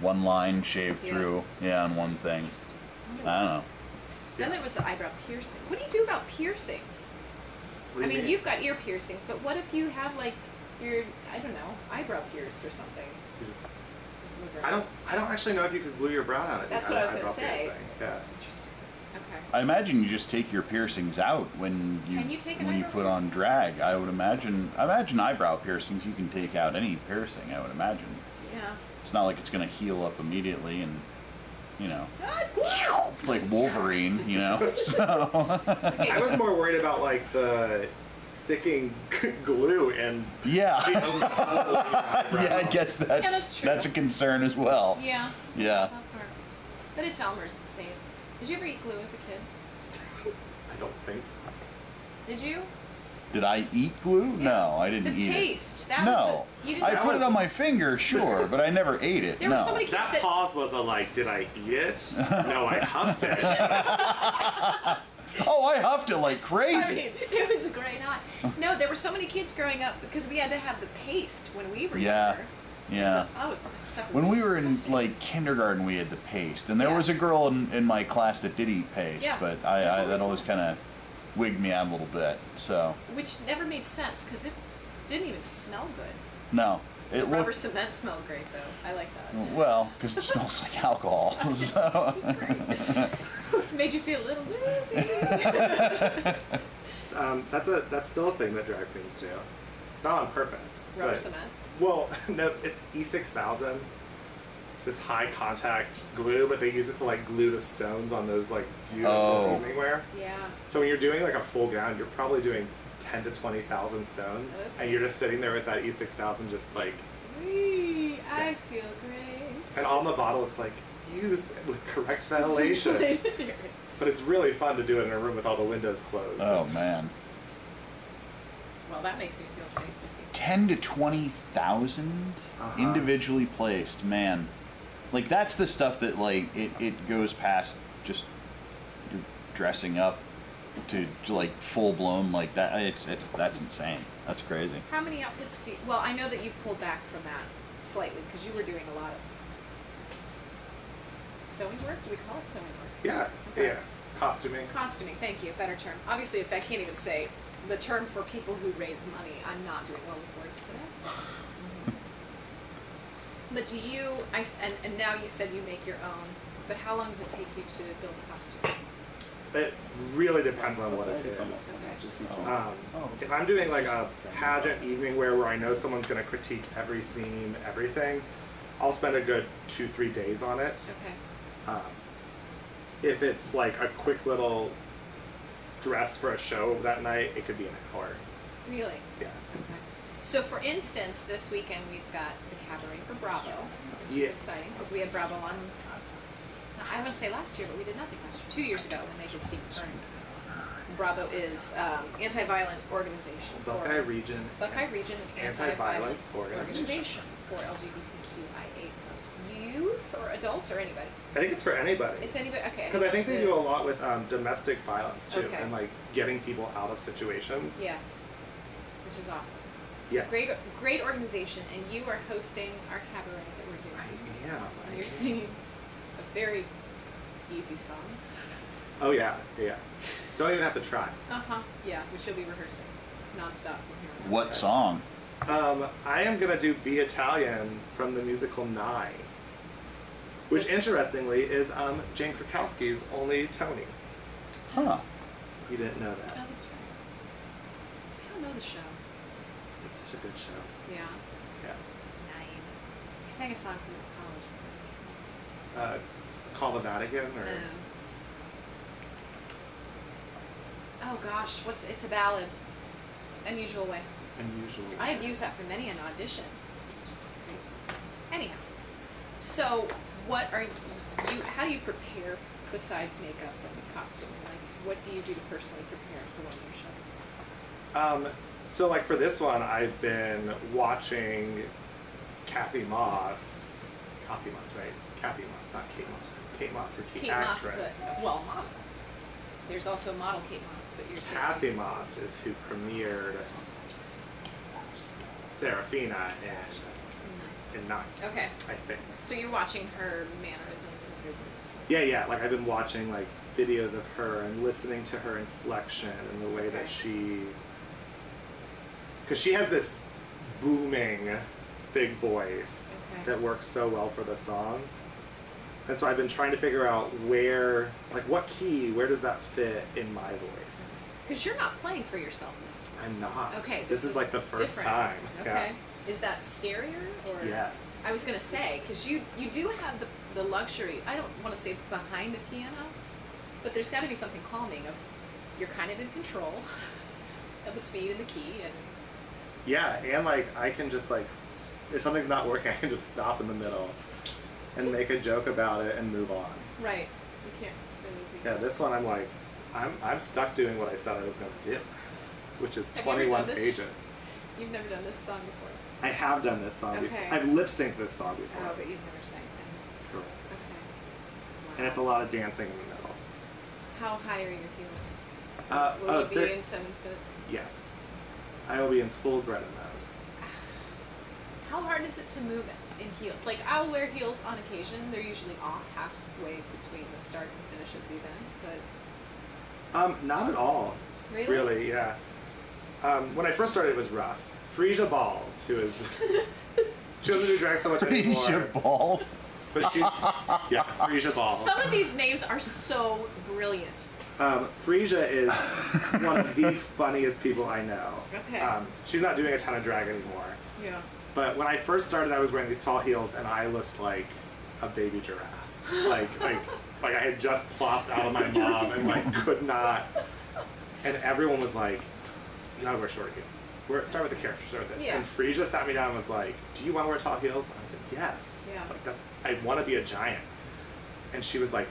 [SPEAKER 3] one line shaved
[SPEAKER 1] Yeah.
[SPEAKER 3] through, yeah, on one thing.
[SPEAKER 1] Interesting.
[SPEAKER 3] I don't know.
[SPEAKER 1] Then there was the eyebrow piercing. What do you do about piercings?
[SPEAKER 2] What do
[SPEAKER 1] I
[SPEAKER 2] you
[SPEAKER 1] mean, you've got ear piercings, but what if you have like your I don't know eyebrow pierced or something? Just move
[SPEAKER 2] I
[SPEAKER 1] around.
[SPEAKER 2] don't. I don't actually know if you could glue your brow down. if you
[SPEAKER 1] That's
[SPEAKER 2] had
[SPEAKER 1] what I
[SPEAKER 2] an
[SPEAKER 1] was gonna
[SPEAKER 2] eyebrow
[SPEAKER 1] say.
[SPEAKER 2] piercing. Yeah.
[SPEAKER 1] Interesting. Okay.
[SPEAKER 3] I imagine you just take your piercings out when you,
[SPEAKER 1] Can you take an
[SPEAKER 3] when you
[SPEAKER 1] eyebrow
[SPEAKER 3] put on
[SPEAKER 1] piercing?
[SPEAKER 3] drag. I would imagine. I imagine eyebrow piercings. You can take out any piercing. I would imagine.
[SPEAKER 1] Yeah.
[SPEAKER 3] It's not like it's going to heal up immediately, and you know,
[SPEAKER 1] Ah, it's cool.
[SPEAKER 3] like Wolverine. You know, so
[SPEAKER 1] Okay,
[SPEAKER 2] I
[SPEAKER 1] so-
[SPEAKER 2] was more worried about like the sticking glue and
[SPEAKER 3] yeah, yeah. I guess that's
[SPEAKER 1] that's true.
[SPEAKER 3] that's a concern as well.
[SPEAKER 1] yeah.
[SPEAKER 3] Yeah.
[SPEAKER 1] that part. But it's Elmer's. It's safe. Did you ever eat glue as a kid?
[SPEAKER 2] I don't think so.
[SPEAKER 1] Did you?
[SPEAKER 3] Did I eat glue? No, I didn't
[SPEAKER 1] the
[SPEAKER 3] eat
[SPEAKER 1] paste.
[SPEAKER 3] it.
[SPEAKER 1] That
[SPEAKER 3] No,
[SPEAKER 1] was the, you didn't.
[SPEAKER 3] I
[SPEAKER 2] That
[SPEAKER 3] put
[SPEAKER 2] was-
[SPEAKER 3] it on my finger, sure, but I never ate it.
[SPEAKER 1] There
[SPEAKER 3] no.
[SPEAKER 1] was somebody kids
[SPEAKER 2] That
[SPEAKER 1] that.
[SPEAKER 2] pause was a like, did I eat it? No, I huffed it.
[SPEAKER 3] Oh, I huffed it like
[SPEAKER 1] I
[SPEAKER 3] crazy.
[SPEAKER 1] mean, it was a great night. No, there were so many kids growing up because we had to have the paste when we were
[SPEAKER 3] Yeah.
[SPEAKER 1] younger.
[SPEAKER 3] Yeah.
[SPEAKER 1] I was that stuff. Was
[SPEAKER 3] When we were in
[SPEAKER 1] disgusting.
[SPEAKER 3] like kindergarten, we had the paste, and there
[SPEAKER 1] Yeah.
[SPEAKER 3] was a girl in, in my class that did eat paste,
[SPEAKER 1] Yeah.
[SPEAKER 3] but I, I
[SPEAKER 1] There's
[SPEAKER 3] that
[SPEAKER 1] always
[SPEAKER 3] always
[SPEAKER 1] one.
[SPEAKER 3] kind of wigged me out a little bit. So
[SPEAKER 1] which never made sense because it didn't even smell good.
[SPEAKER 3] no,
[SPEAKER 1] The
[SPEAKER 3] it
[SPEAKER 1] rubber
[SPEAKER 3] looked
[SPEAKER 1] cement smelled great though. I liked that.
[SPEAKER 3] well because it smells like alcohol. So
[SPEAKER 1] It was great. made you feel a little woozy.
[SPEAKER 2] Um, that's a that's still a thing that drag queens do, not on purpose.
[SPEAKER 1] Rubber
[SPEAKER 2] but-
[SPEAKER 1] cement.
[SPEAKER 2] Well, no, it's E six thousand. It's this high contact glue, but they use it to like glue the stones on those like beautiful
[SPEAKER 3] Oh.
[SPEAKER 2] evening wear.
[SPEAKER 1] Yeah.
[SPEAKER 2] So when you're doing like a full gown, you're probably doing ten to twenty thousand stones,
[SPEAKER 1] Okay.
[SPEAKER 2] and you're just sitting there with that E six thousand, just like,
[SPEAKER 1] Wee, I feel great.
[SPEAKER 2] and on the bottle, it's like use it with correct ventilation. but it's really fun to do it in a room with all the windows closed.
[SPEAKER 3] oh man,
[SPEAKER 1] well, that makes me feel safe.
[SPEAKER 3] ten to twenty thousand
[SPEAKER 2] Uh-huh.
[SPEAKER 3] individually placed, man. Like that's the stuff that like it, it goes past just your dressing up to, to like full blown like that. It's it's that's insane. That's crazy.
[SPEAKER 1] How many outfits do you? Well, I know that you pulled back from that slightly because you were doing a lot of sewing work. Do we call it sewing work?
[SPEAKER 2] Yeah,
[SPEAKER 1] Okay.
[SPEAKER 2] yeah, costuming.
[SPEAKER 1] Costuming. Thank you. Better term. Obviously, if I can't even say the term for people who raise money, I'm not doing well with words today. but do you? I s and, and now you said you make your own. But how long does it take you to build a costume?
[SPEAKER 2] It really depends on what it is. Um, if I'm doing like a pageant evening wear where I know someone's going to critique every scene, everything, I'll spend a good two, three days on it.
[SPEAKER 1] Okay.
[SPEAKER 2] Um, if it's like a quick little dress for a show that night, it could be an hour.
[SPEAKER 1] Really.
[SPEAKER 2] Yeah.
[SPEAKER 1] So, for instance, this weekend we've got the cabaret for Bravo, which
[SPEAKER 2] Yeah.
[SPEAKER 1] is exciting because we had Bravo on. uh, I want to say last year, but we did nothing last year. Two years ago when they did Secret Burn. Bravo is um, anti-violent organization
[SPEAKER 2] Buckeye
[SPEAKER 1] for
[SPEAKER 2] region.
[SPEAKER 1] Buckeye Region
[SPEAKER 2] Anti-violence
[SPEAKER 1] anti-violence organization
[SPEAKER 2] organization.
[SPEAKER 1] for LGBTQIA plus youth or adults or anybody.
[SPEAKER 2] I think it's for anybody.
[SPEAKER 1] It's anybody. Okay.
[SPEAKER 2] Because I think they
[SPEAKER 1] The-
[SPEAKER 2] do a lot with um, domestic violence too,
[SPEAKER 1] Okay.
[SPEAKER 2] and like getting people out of situations.
[SPEAKER 1] Yeah, which is awesome. So
[SPEAKER 2] Yes.
[SPEAKER 1] great, great organization, and you are hosting our cabaret that we're doing.
[SPEAKER 2] I am. I
[SPEAKER 1] And You're
[SPEAKER 2] am.
[SPEAKER 1] singing a very easy song.
[SPEAKER 2] Oh yeah, yeah. Don't even have to try.
[SPEAKER 1] Uh huh. Yeah, which you'll be rehearsing nonstop from here on out.
[SPEAKER 3] What song?
[SPEAKER 2] Um, I am gonna do "Be Italian" from the musical Nine, which interestingly is um, Jane Krakowski's only Tony.
[SPEAKER 3] Huh.
[SPEAKER 2] You didn't know
[SPEAKER 1] Oh,
[SPEAKER 2] that.
[SPEAKER 1] that's right. I don't know the show.
[SPEAKER 2] It's such a good show.
[SPEAKER 1] Yeah.
[SPEAKER 2] Yeah.
[SPEAKER 1] Nine. He sang a song from college. when I was a
[SPEAKER 2] Uh, Call the Vatican or
[SPEAKER 1] kid. Um, Oh gosh, what's it's a ballad. Unusual way.
[SPEAKER 2] unusual.
[SPEAKER 1] Oh. I have used that for many an audition. It's crazy. Anyhow, so what are you? How do you prepare besides makeup and costume? Like, what do you do to personally prepare for one of your shows?
[SPEAKER 2] Um, so like for this one, I've been watching Kathy Moss. Kathy Moss, right? Kathy Moss, not Kate Moss. Kate Moss is the
[SPEAKER 1] Kate Moss
[SPEAKER 2] actress.
[SPEAKER 1] is a, well, model. There's also model Kate Moss, but you're
[SPEAKER 2] Kathy Moss is who premiered Serafina in in Nine,
[SPEAKER 1] Okay.
[SPEAKER 2] I think.
[SPEAKER 1] So you're watching her mannerisms and movements.
[SPEAKER 2] Yeah, yeah. Like I've been watching like videos of her and listening to her inflection and the way
[SPEAKER 1] Okay.
[SPEAKER 2] that she, because she has this booming, big voice
[SPEAKER 1] Okay.
[SPEAKER 2] that works so well for the song. And so I've been trying to figure out where, like, what key, where does that fit in my voice?
[SPEAKER 1] Because you're not playing for yourself. now.
[SPEAKER 2] I'm not.
[SPEAKER 1] Okay.
[SPEAKER 2] This, is, like the first
[SPEAKER 1] different.
[SPEAKER 2] time.
[SPEAKER 1] Okay. Is that scarier or?
[SPEAKER 2] Yeah. Yes.
[SPEAKER 1] I was gonna say because you you do have the the luxury. I don't want to say behind the piano, but there's got to be something calming. Of you're kind of in control of the speed and the key and.
[SPEAKER 2] Yeah, and like I can just like s- if something's not working, I can just stop in the middle and make a joke about it and move on.
[SPEAKER 1] Right. You can't really do
[SPEAKER 2] Yeah, this one I'm like, I'm I'm stuck doing what I said I was gonna do, which is
[SPEAKER 1] Have you ever
[SPEAKER 2] 21
[SPEAKER 1] done this?
[SPEAKER 2] pages.
[SPEAKER 1] You've never done this song before.
[SPEAKER 2] I have done this song. before.
[SPEAKER 1] Okay.
[SPEAKER 2] I've lip synced this song before.
[SPEAKER 1] Oh, but you've never sang sang.
[SPEAKER 2] Correct.
[SPEAKER 1] Okay. Wow.
[SPEAKER 2] And it's a lot of dancing in the middle.
[SPEAKER 1] How high are your heels?
[SPEAKER 2] Uh,
[SPEAKER 1] Will
[SPEAKER 2] oh,
[SPEAKER 1] you be
[SPEAKER 2] there-
[SPEAKER 1] in seven foot?
[SPEAKER 2] yes, I will be in full Greta mode.
[SPEAKER 1] How hard is it to move in heels? Like I'll wear heels on occasion. They're usually off halfway between the start and finish of the event.
[SPEAKER 2] Um, not at all.
[SPEAKER 1] Really?
[SPEAKER 2] Really, yeah. Um, when I first started, it was rough. Frisia Balls, who is she doesn't do drag so much anymore.
[SPEAKER 3] Raise your balls.
[SPEAKER 2] But she, yeah, Frisia
[SPEAKER 1] But
[SPEAKER 2] Ball.
[SPEAKER 1] some of these names are so brilliant.
[SPEAKER 2] Um, Frisia is one of the funniest people I know.
[SPEAKER 1] Okay.
[SPEAKER 2] Um, she's not doing a ton of drag anymore.
[SPEAKER 1] Yeah.
[SPEAKER 2] But when I first started, I was wearing these tall heels, and I looked like a baby giraffe. Like, like, like I had just plopped out of my mom, and like could not. And everyone was like, "You gotta wear short heels. We're, start with the character. Start with this."
[SPEAKER 1] Yeah.
[SPEAKER 2] And Frisia sat me down and was like, "Do you want to wear tall heels?" I was like, "Yes.
[SPEAKER 1] Yeah.
[SPEAKER 2] Like that's, I want to be a giant." And she was like,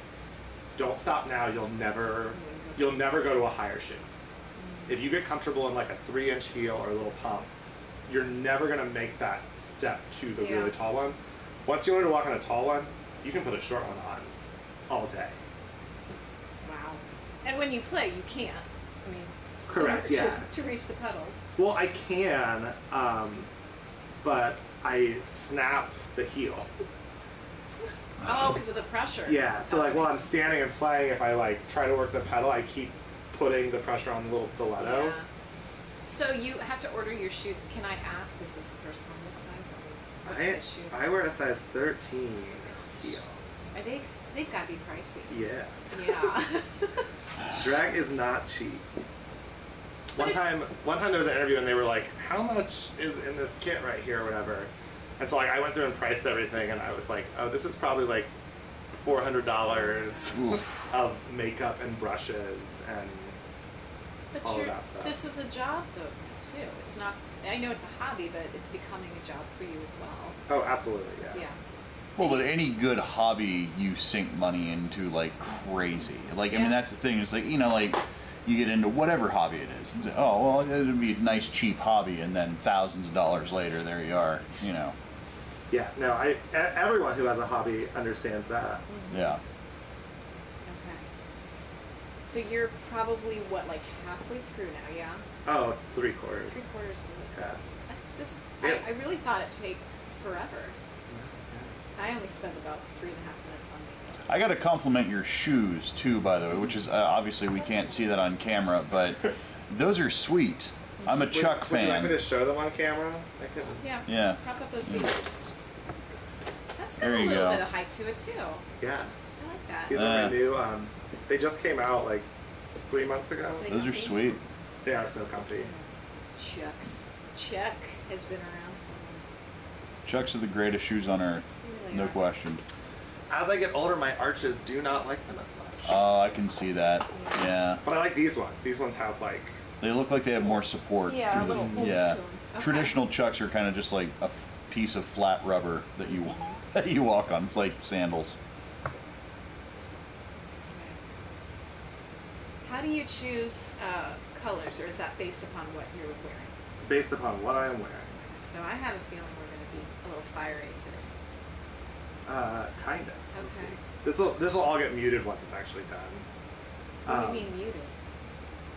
[SPEAKER 2] "Don't stop now. You'll
[SPEAKER 1] Oh
[SPEAKER 2] never, you'll never go to a higher shoe.
[SPEAKER 1] Mm.
[SPEAKER 2] If you get comfortable in like a three-inch heel or a little pump, you're never gonna make that step to the
[SPEAKER 1] Yeah.
[SPEAKER 2] really tall ones. Once you learn to walk on a tall one, you can put a short one on all day.
[SPEAKER 1] Wow. And when you play, you can't. I mean.
[SPEAKER 2] Correct.
[SPEAKER 1] To,
[SPEAKER 2] Yeah.
[SPEAKER 1] To reach the pedals.
[SPEAKER 2] Well, I can, um, but I snap the heel.
[SPEAKER 1] Oh, because of the pressure.
[SPEAKER 2] Uh-huh. Yeah. So
[SPEAKER 1] Oh,
[SPEAKER 2] like
[SPEAKER 1] that
[SPEAKER 2] while I'm
[SPEAKER 1] makes sense.
[SPEAKER 2] standing and playing, if I like try to work the pedal, I keep putting the pressure on the little stiletto.
[SPEAKER 1] Yeah. So you have to order your shoes. Can I ask? Is this personal? What size are they?
[SPEAKER 2] I,
[SPEAKER 1] What's the shoe?
[SPEAKER 2] I wear a size 13 heel.
[SPEAKER 1] Are they? ex- They've got to be pricey.
[SPEAKER 2] Yes.
[SPEAKER 1] Yeah.
[SPEAKER 2] Drag is not cheap.
[SPEAKER 1] But
[SPEAKER 2] One
[SPEAKER 1] it's-
[SPEAKER 2] time, one time there was an interview and they were like, "How much is in this kit right here, or whatever?" And so like I went through and priced everything, and I was like, "Oh, this is probably like four hundred dollars
[SPEAKER 3] Oof.
[SPEAKER 2] of makeup and brushes and
[SPEAKER 1] but
[SPEAKER 2] all of
[SPEAKER 1] you're,
[SPEAKER 2] that stuff.
[SPEAKER 1] this is a job though now, too. It's not. I know it's a hobby, but it's becoming a job for you as well.
[SPEAKER 2] oh, absolutely, yeah,
[SPEAKER 1] Yeah.
[SPEAKER 3] Well, but any good hobby, you sink money into like crazy. Like, I
[SPEAKER 1] Yeah.
[SPEAKER 3] mean, that's the thing. It's like, you know, like you get into whatever hobby it is. It's like, oh, well, it'd be a nice, cheap hobby. And then thousands of dollars later, there you are, you know.
[SPEAKER 2] yeah. No, I e- everyone who has a hobby understands that.
[SPEAKER 3] Yeah.
[SPEAKER 1] Okay. So you're probably what, like halfway through now? Yeah.
[SPEAKER 2] Oh, three quarters.
[SPEAKER 1] Three quarters of the way.
[SPEAKER 2] Yeah.
[SPEAKER 1] That's this.
[SPEAKER 2] Yeah.
[SPEAKER 1] I, I really thought it takes forever. I only spent about three and a half minutes on makeup.
[SPEAKER 3] I got to compliment your shoes, too, by the way, which is uh, obviously we can't see that on camera, but those are sweet. I'm a
[SPEAKER 2] Would-
[SPEAKER 3] Chuck
[SPEAKER 2] Would you like
[SPEAKER 3] fan.
[SPEAKER 2] me to show them on camera? I could.
[SPEAKER 1] Yeah.
[SPEAKER 3] Yeah.
[SPEAKER 1] Prop up those features. That's got
[SPEAKER 3] There
[SPEAKER 1] a
[SPEAKER 3] you
[SPEAKER 1] little
[SPEAKER 3] go.
[SPEAKER 1] bit of height to it too. I
[SPEAKER 2] Yeah.
[SPEAKER 1] like that.
[SPEAKER 2] These are
[SPEAKER 3] Uh.
[SPEAKER 2] my new. Um, they just came out like three months ago.
[SPEAKER 3] those are sweet.
[SPEAKER 2] They are so comfy.
[SPEAKER 1] Chucks. Chuck has been around.
[SPEAKER 3] Chucks are the greatest shoes on earth.
[SPEAKER 1] They really
[SPEAKER 3] No
[SPEAKER 1] are.
[SPEAKER 3] question.
[SPEAKER 2] As I get older, my arches do not like them as much.
[SPEAKER 3] Oh, I can see that. Yeah.
[SPEAKER 2] but I like these ones. These ones have like,
[SPEAKER 3] They look like they have more support.
[SPEAKER 1] Yeah,
[SPEAKER 3] through
[SPEAKER 1] a little
[SPEAKER 3] the,
[SPEAKER 1] oomph
[SPEAKER 3] yeah.
[SPEAKER 1] to 'em. Okay.
[SPEAKER 3] Traditional chucks are kind of just like a f- piece of flat rubber that you that you walk on. It's like sandals.
[SPEAKER 1] How do you choose uh, colors, or is that based upon what you're wearing?
[SPEAKER 2] based upon what I am wearing.
[SPEAKER 1] So I have a feeling we're going to be a little fiery today.
[SPEAKER 2] Uh, kinda. Let's
[SPEAKER 1] Okay.
[SPEAKER 2] see. This will this will all get muted once it's actually done.
[SPEAKER 1] What
[SPEAKER 2] Um,
[SPEAKER 1] do you mean muted?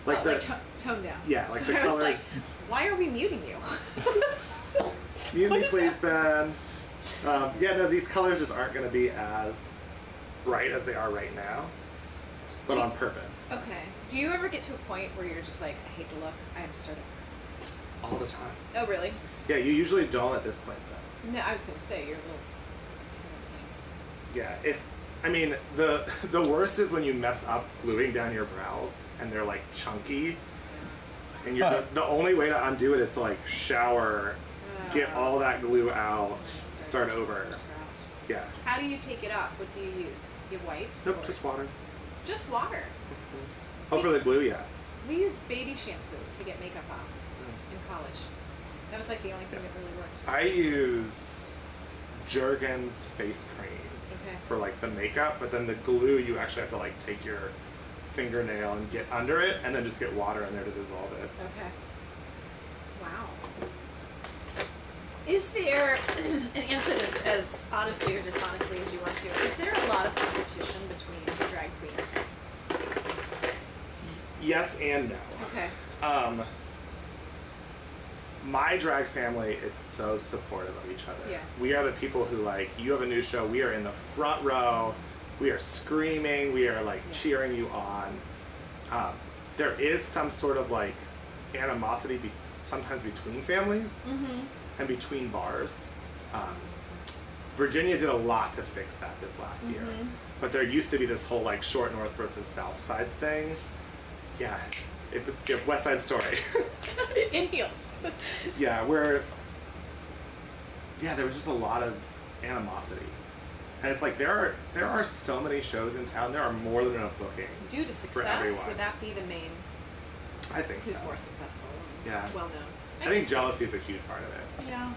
[SPEAKER 2] Like
[SPEAKER 1] oh,
[SPEAKER 2] the
[SPEAKER 1] like to- tone down.
[SPEAKER 2] Yeah, like
[SPEAKER 1] so
[SPEAKER 2] the
[SPEAKER 1] I was like,
[SPEAKER 2] colours.
[SPEAKER 1] why are we muting you? So-
[SPEAKER 2] mute
[SPEAKER 1] what
[SPEAKER 2] me,
[SPEAKER 1] is
[SPEAKER 2] please,
[SPEAKER 1] that?
[SPEAKER 2] Ben. Um, yeah, no, these colors just aren't going to be as bright as they are right now, but on purpose
[SPEAKER 1] Okay. Do you ever get to a point where you're just like, I hate to look, I have to start over?
[SPEAKER 2] all the time.
[SPEAKER 1] Oh, really?
[SPEAKER 2] Yeah, you usually don't at this point though.
[SPEAKER 1] No, I was going to say, you're a little.
[SPEAKER 2] Yeah, if I mean the the worst is when you mess up gluing down your brows and they're like chunky, and you're the, the only way to undo it is to like shower, get all that glue out, Ah. start over.
[SPEAKER 1] from scratch.
[SPEAKER 2] Yeah,
[SPEAKER 1] How do you take it off? What do you use? You wipes?
[SPEAKER 2] nope,
[SPEAKER 1] or-
[SPEAKER 2] just water.
[SPEAKER 1] Just water.
[SPEAKER 2] Hopefully Oh, glue, yeah.
[SPEAKER 1] We used baby shampoo to get makeup off in college. That was like the only thing that really worked.
[SPEAKER 2] I use Jergens face cream
[SPEAKER 1] Okay.
[SPEAKER 2] for like the makeup, but then the glue you actually have to like take your fingernail and get under it, and then just get water in there to dissolve it.
[SPEAKER 1] Okay. Wow. Is there, and answer this as honestly or dishonestly as you want to, is there a lot of competition between drag queens?
[SPEAKER 2] Yes and no.
[SPEAKER 1] Okay.
[SPEAKER 2] um, my drag family is so supportive of each other.
[SPEAKER 1] Yeah.
[SPEAKER 2] We are the people who like you have a new show. We are in the front row. We are screaming. We are like
[SPEAKER 1] Yeah.
[SPEAKER 2] cheering you on. Um, there is some sort of like animosity be- sometimes between families and between bars. Um, Virginia did a lot to fix that this last year,
[SPEAKER 1] Mm-hmm.
[SPEAKER 2] but there used to be this whole like short north versus south side thing. Yeah, if, if West Side Story.
[SPEAKER 1] in heels.
[SPEAKER 2] yeah, where yeah, there was just a lot of animosity, and it's like there are there are so many shows in town. There are more than enough bookings.
[SPEAKER 1] Due to success,
[SPEAKER 2] everyone.
[SPEAKER 1] would that be the main
[SPEAKER 2] I think
[SPEAKER 1] who's
[SPEAKER 2] so.
[SPEAKER 1] more successful and
[SPEAKER 2] Yeah.
[SPEAKER 1] well known?
[SPEAKER 2] I think jealousy is a huge part of it.
[SPEAKER 1] Yeah.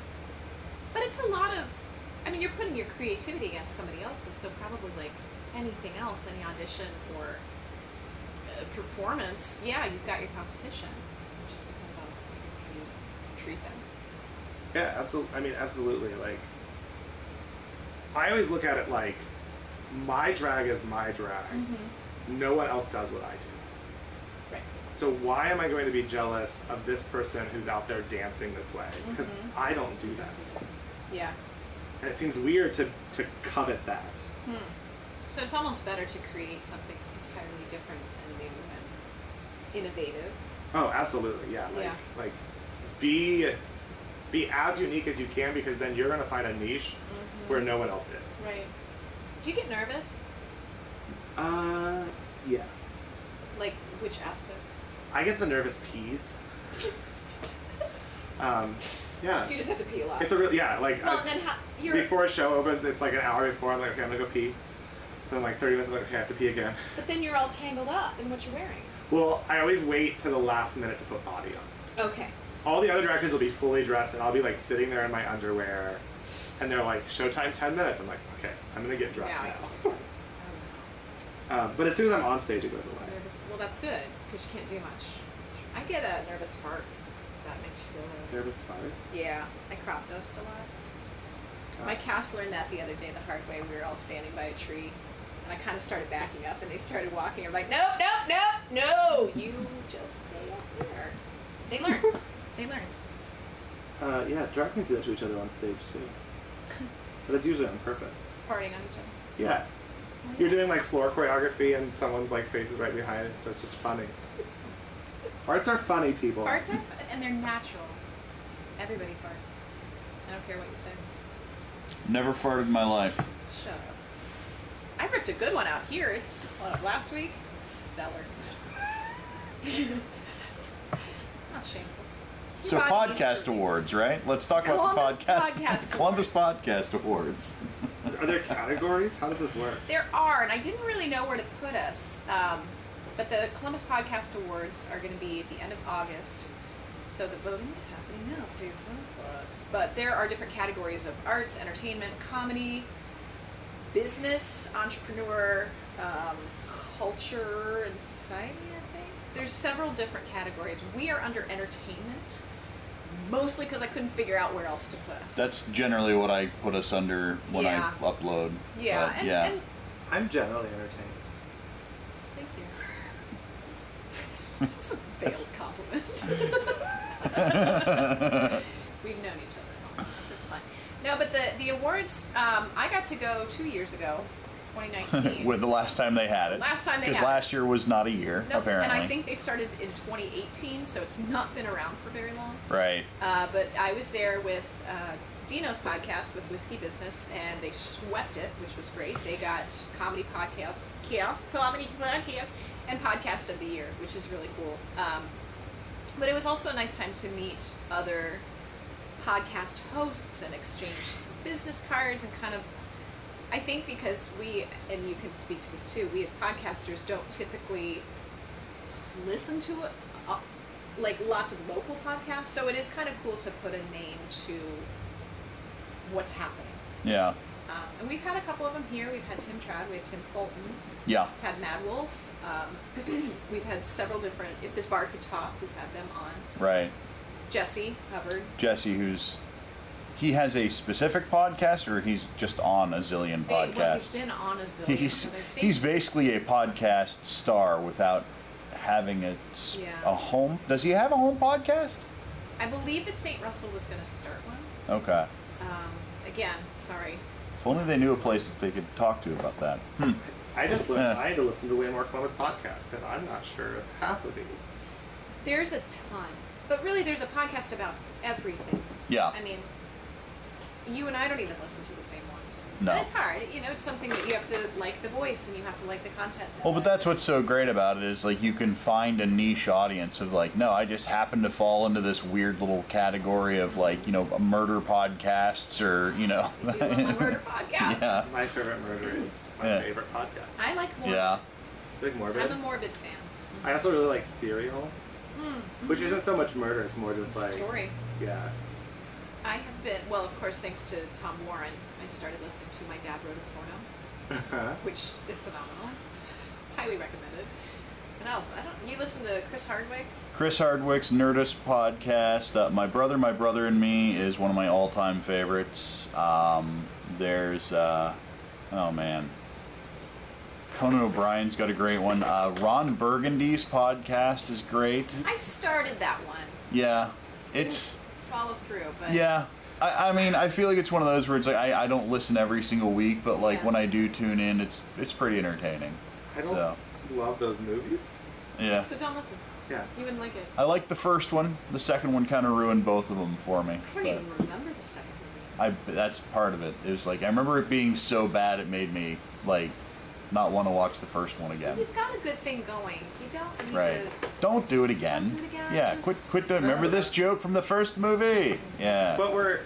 [SPEAKER 1] But it's a lot of, I mean, you're putting your creativity against somebody else's, so probably like anything else, any audition or uh, performance, yeah, you've got your competition. It just depends on, I guess, how you treat them.
[SPEAKER 2] Yeah, absolutely. I mean, absolutely. Like, I always look at it like my drag is my drag.
[SPEAKER 1] Mm-hmm.
[SPEAKER 2] No one else does what I do.
[SPEAKER 1] Right.
[SPEAKER 2] So why am I going to be jealous of this person who's out there dancing this way? Because I don't do that,
[SPEAKER 1] Yeah.
[SPEAKER 2] and it seems weird to to covet that.
[SPEAKER 1] Hmm. So it's almost better to create something entirely different and new and innovative.
[SPEAKER 2] Oh, absolutely, yeah. Like,
[SPEAKER 1] Yeah.
[SPEAKER 2] like be be as unique as you can because then you're going to find a niche where no one else is.
[SPEAKER 1] Right. Do you get nervous?
[SPEAKER 2] Uh, yes.
[SPEAKER 1] Like, which aspect?
[SPEAKER 2] I get the nervous peas. um, yeah.
[SPEAKER 1] So you just have to pee a lot.
[SPEAKER 2] It's a real yeah. Like
[SPEAKER 1] well,
[SPEAKER 2] I-
[SPEAKER 1] and then how, you're,
[SPEAKER 2] before a show opens, it's like an hour before. I'm like, okay, I'm gonna go pee. Then like 30 minutes, I'm like, okay, I have to pee again.
[SPEAKER 1] but then you're all tangled up in what you're wearing.
[SPEAKER 2] Well, I always wait to the last minute to put body on.
[SPEAKER 1] Okay.
[SPEAKER 2] All the other directors will be fully dressed, and I'll be like sitting there in my underwear, and they're like, "Showtime, ten minutes." I'm like, "Okay, I'm gonna get dressed
[SPEAKER 1] Yeah,
[SPEAKER 2] now."
[SPEAKER 1] I-
[SPEAKER 2] Um, but as soon as I'm on stage, it goes away.
[SPEAKER 1] Nervous. Well, that's good because you can't do much. I get a nervous fart. That makes you feel. Really...
[SPEAKER 2] Nervous fart.
[SPEAKER 1] Yeah, I crop dust a lot. My cast learned that the other day the hard way. We were all standing by a tree, and I kind of started backing up, and they started walking. I'm like, no, no, no, no! You just stay up there. They learned. they learned.
[SPEAKER 2] Uh, yeah, drag queens do that to each other on stage too, but it's usually on purpose.
[SPEAKER 1] Farting on each other.
[SPEAKER 2] Yeah, you're doing like floor choreography, and someone's like face is right behind it, so it's just funny. Farts are funny, people.
[SPEAKER 1] Farts are, f- and they're natural. Everybody farts. I don't care what you say.
[SPEAKER 3] Never farted in my life.
[SPEAKER 1] Shut up. I ripped a good one out here uh, last week. Stellar. Not shameful.
[SPEAKER 3] So
[SPEAKER 1] Podcast
[SPEAKER 3] podcast
[SPEAKER 1] awards.
[SPEAKER 3] awards, right? Let's talk about
[SPEAKER 1] Columbus
[SPEAKER 3] the podcast.
[SPEAKER 1] Podcast
[SPEAKER 3] Columbus
[SPEAKER 1] Awards.
[SPEAKER 3] Podcast Awards.
[SPEAKER 2] Are there categories? How does this work?
[SPEAKER 1] There are, and I didn't really know where to put us, um, but the Columbus Podcast Awards are going to be at the end of August. So the voting's happening now. Please vote for us. But there are different categories of arts, entertainment, comedy, business, entrepreneur, um, culture, and society. I think there's several different categories. We are under entertainment, mostly because I couldn't figure out where else to put us.
[SPEAKER 3] That's generally what I put us under when
[SPEAKER 1] Yeah.
[SPEAKER 3] I upload.
[SPEAKER 1] yeah,
[SPEAKER 3] but
[SPEAKER 1] and,
[SPEAKER 3] uh, yeah.
[SPEAKER 1] and
[SPEAKER 2] I'm generally entertained.
[SPEAKER 1] thank you. Just a veiled compliment. We've known each other. That's fine. No, but the the awards um, I got to go two years ago, 2019.
[SPEAKER 3] With the last time they had it.
[SPEAKER 1] Last time they
[SPEAKER 3] Because
[SPEAKER 1] had it.
[SPEAKER 3] last year was not a year,
[SPEAKER 1] Nope,
[SPEAKER 3] apparently.
[SPEAKER 1] And I think they started in 2018, so it's not been around for very long.
[SPEAKER 3] right.
[SPEAKER 1] Uh, but I was there with uh, Dino's podcast with Whiskey Business, and they swept it, which was great. They got comedy podcast, chaos, comedy podcast, and podcast of the year, which is really cool. Um, but it was also a nice time to meet other podcast hosts and exchange business cards and kind of. I think because we, and you can speak to this too, we as podcasters don't typically listen to uh, like lots of local podcasts, so it is kind of cool to put a name to what's happening.
[SPEAKER 3] Yeah.
[SPEAKER 1] Um, and we've had a couple of them here. We've had Tim Trad, we had Tim Fulton,
[SPEAKER 3] Yeah.
[SPEAKER 1] we've had Mad Wolf. Um, we've had several different. If this bar could talk, we've had them on.
[SPEAKER 3] Right.
[SPEAKER 1] Jesse Hubbard.
[SPEAKER 3] Jesse, who's. He has a specific podcast, or he's just on a zillion
[SPEAKER 1] Hey, well, he's
[SPEAKER 3] podcasts?
[SPEAKER 1] been on a zillion.
[SPEAKER 3] he's,
[SPEAKER 1] other things.
[SPEAKER 3] he's basically a podcast star without having a, s-
[SPEAKER 1] Yeah.
[SPEAKER 3] a home. Does he have a home podcast?
[SPEAKER 1] I believe that St. Russell was going to start one.
[SPEAKER 3] Okay.
[SPEAKER 1] Um, again, sorry.
[SPEAKER 3] If only they knew a place that they could talk to about that. Hmm.
[SPEAKER 2] I just listen,
[SPEAKER 3] Yeah.
[SPEAKER 2] I had to listen to way more Columbus podcasts because I'm not sure of half of these.
[SPEAKER 1] There's a ton, but really, there's a podcast about everything.
[SPEAKER 3] Yeah.
[SPEAKER 1] I mean, you and I don't even listen to the same ones.
[SPEAKER 3] No.
[SPEAKER 1] And it's hard. You know, it's something that you have to like the voice and you have to like the content. of
[SPEAKER 3] Well, but
[SPEAKER 1] it.
[SPEAKER 3] that's what's so great about it is like you can find a niche audience of like, no, I just happen to fall into this weird little category of like, you know, murder podcasts or, you know.
[SPEAKER 1] I do love my murder podcast.
[SPEAKER 3] yeah.
[SPEAKER 2] My favorite murder is my
[SPEAKER 3] Yeah.
[SPEAKER 2] favorite podcast.
[SPEAKER 1] I like morbid.
[SPEAKER 3] Yeah.
[SPEAKER 2] Big morbid.
[SPEAKER 1] I'm a morbid fan. Hmm.
[SPEAKER 2] I also really like Serial, which isn't so much murder; it's more just
[SPEAKER 1] It's a
[SPEAKER 2] like
[SPEAKER 1] Mm-hmm. story.
[SPEAKER 2] yeah.
[SPEAKER 1] I have been well, of course, thanks to Tom Warren, I started listening to My Dad Wrote a Porno. which is phenomenal. Highly recommended. And else, I don't. You listen to Chris Hardwick?
[SPEAKER 3] Chris Hardwick's Nerdist podcast, uh, My Brother, My Brother and Me is one of my all time favorites. Um, there's, uh, oh man. Conan O'Brien's got a great one. Uh, Ron Burgundy's podcast is great.
[SPEAKER 1] I started that one.
[SPEAKER 3] Yeah. It's.
[SPEAKER 1] Follow through, but
[SPEAKER 3] Yeah. I, I mean, I feel like it's one of those where it's like I, I don't listen every single week, but like
[SPEAKER 1] Yeah.
[SPEAKER 3] when I do tune in, it's it's pretty entertaining.
[SPEAKER 2] I don't
[SPEAKER 3] So,
[SPEAKER 2] love those movies.
[SPEAKER 3] yeah.
[SPEAKER 1] So don't listen.
[SPEAKER 2] Yeah,
[SPEAKER 1] You wouldn't like it.
[SPEAKER 3] I like the first one. The second one kind of ruined both of them for me.
[SPEAKER 1] I
[SPEAKER 3] but
[SPEAKER 1] don't even remember the second movie.
[SPEAKER 3] I that's part of it. It was like I remember it being so bad it made me like not want to watch the first one again.
[SPEAKER 1] You've got a good thing going. You don't need
[SPEAKER 3] Right. Don't do it again.
[SPEAKER 1] do it again,
[SPEAKER 3] Yeah,
[SPEAKER 1] just-
[SPEAKER 3] quit quit doing remember this joke from the first movie. Yeah.
[SPEAKER 2] but we're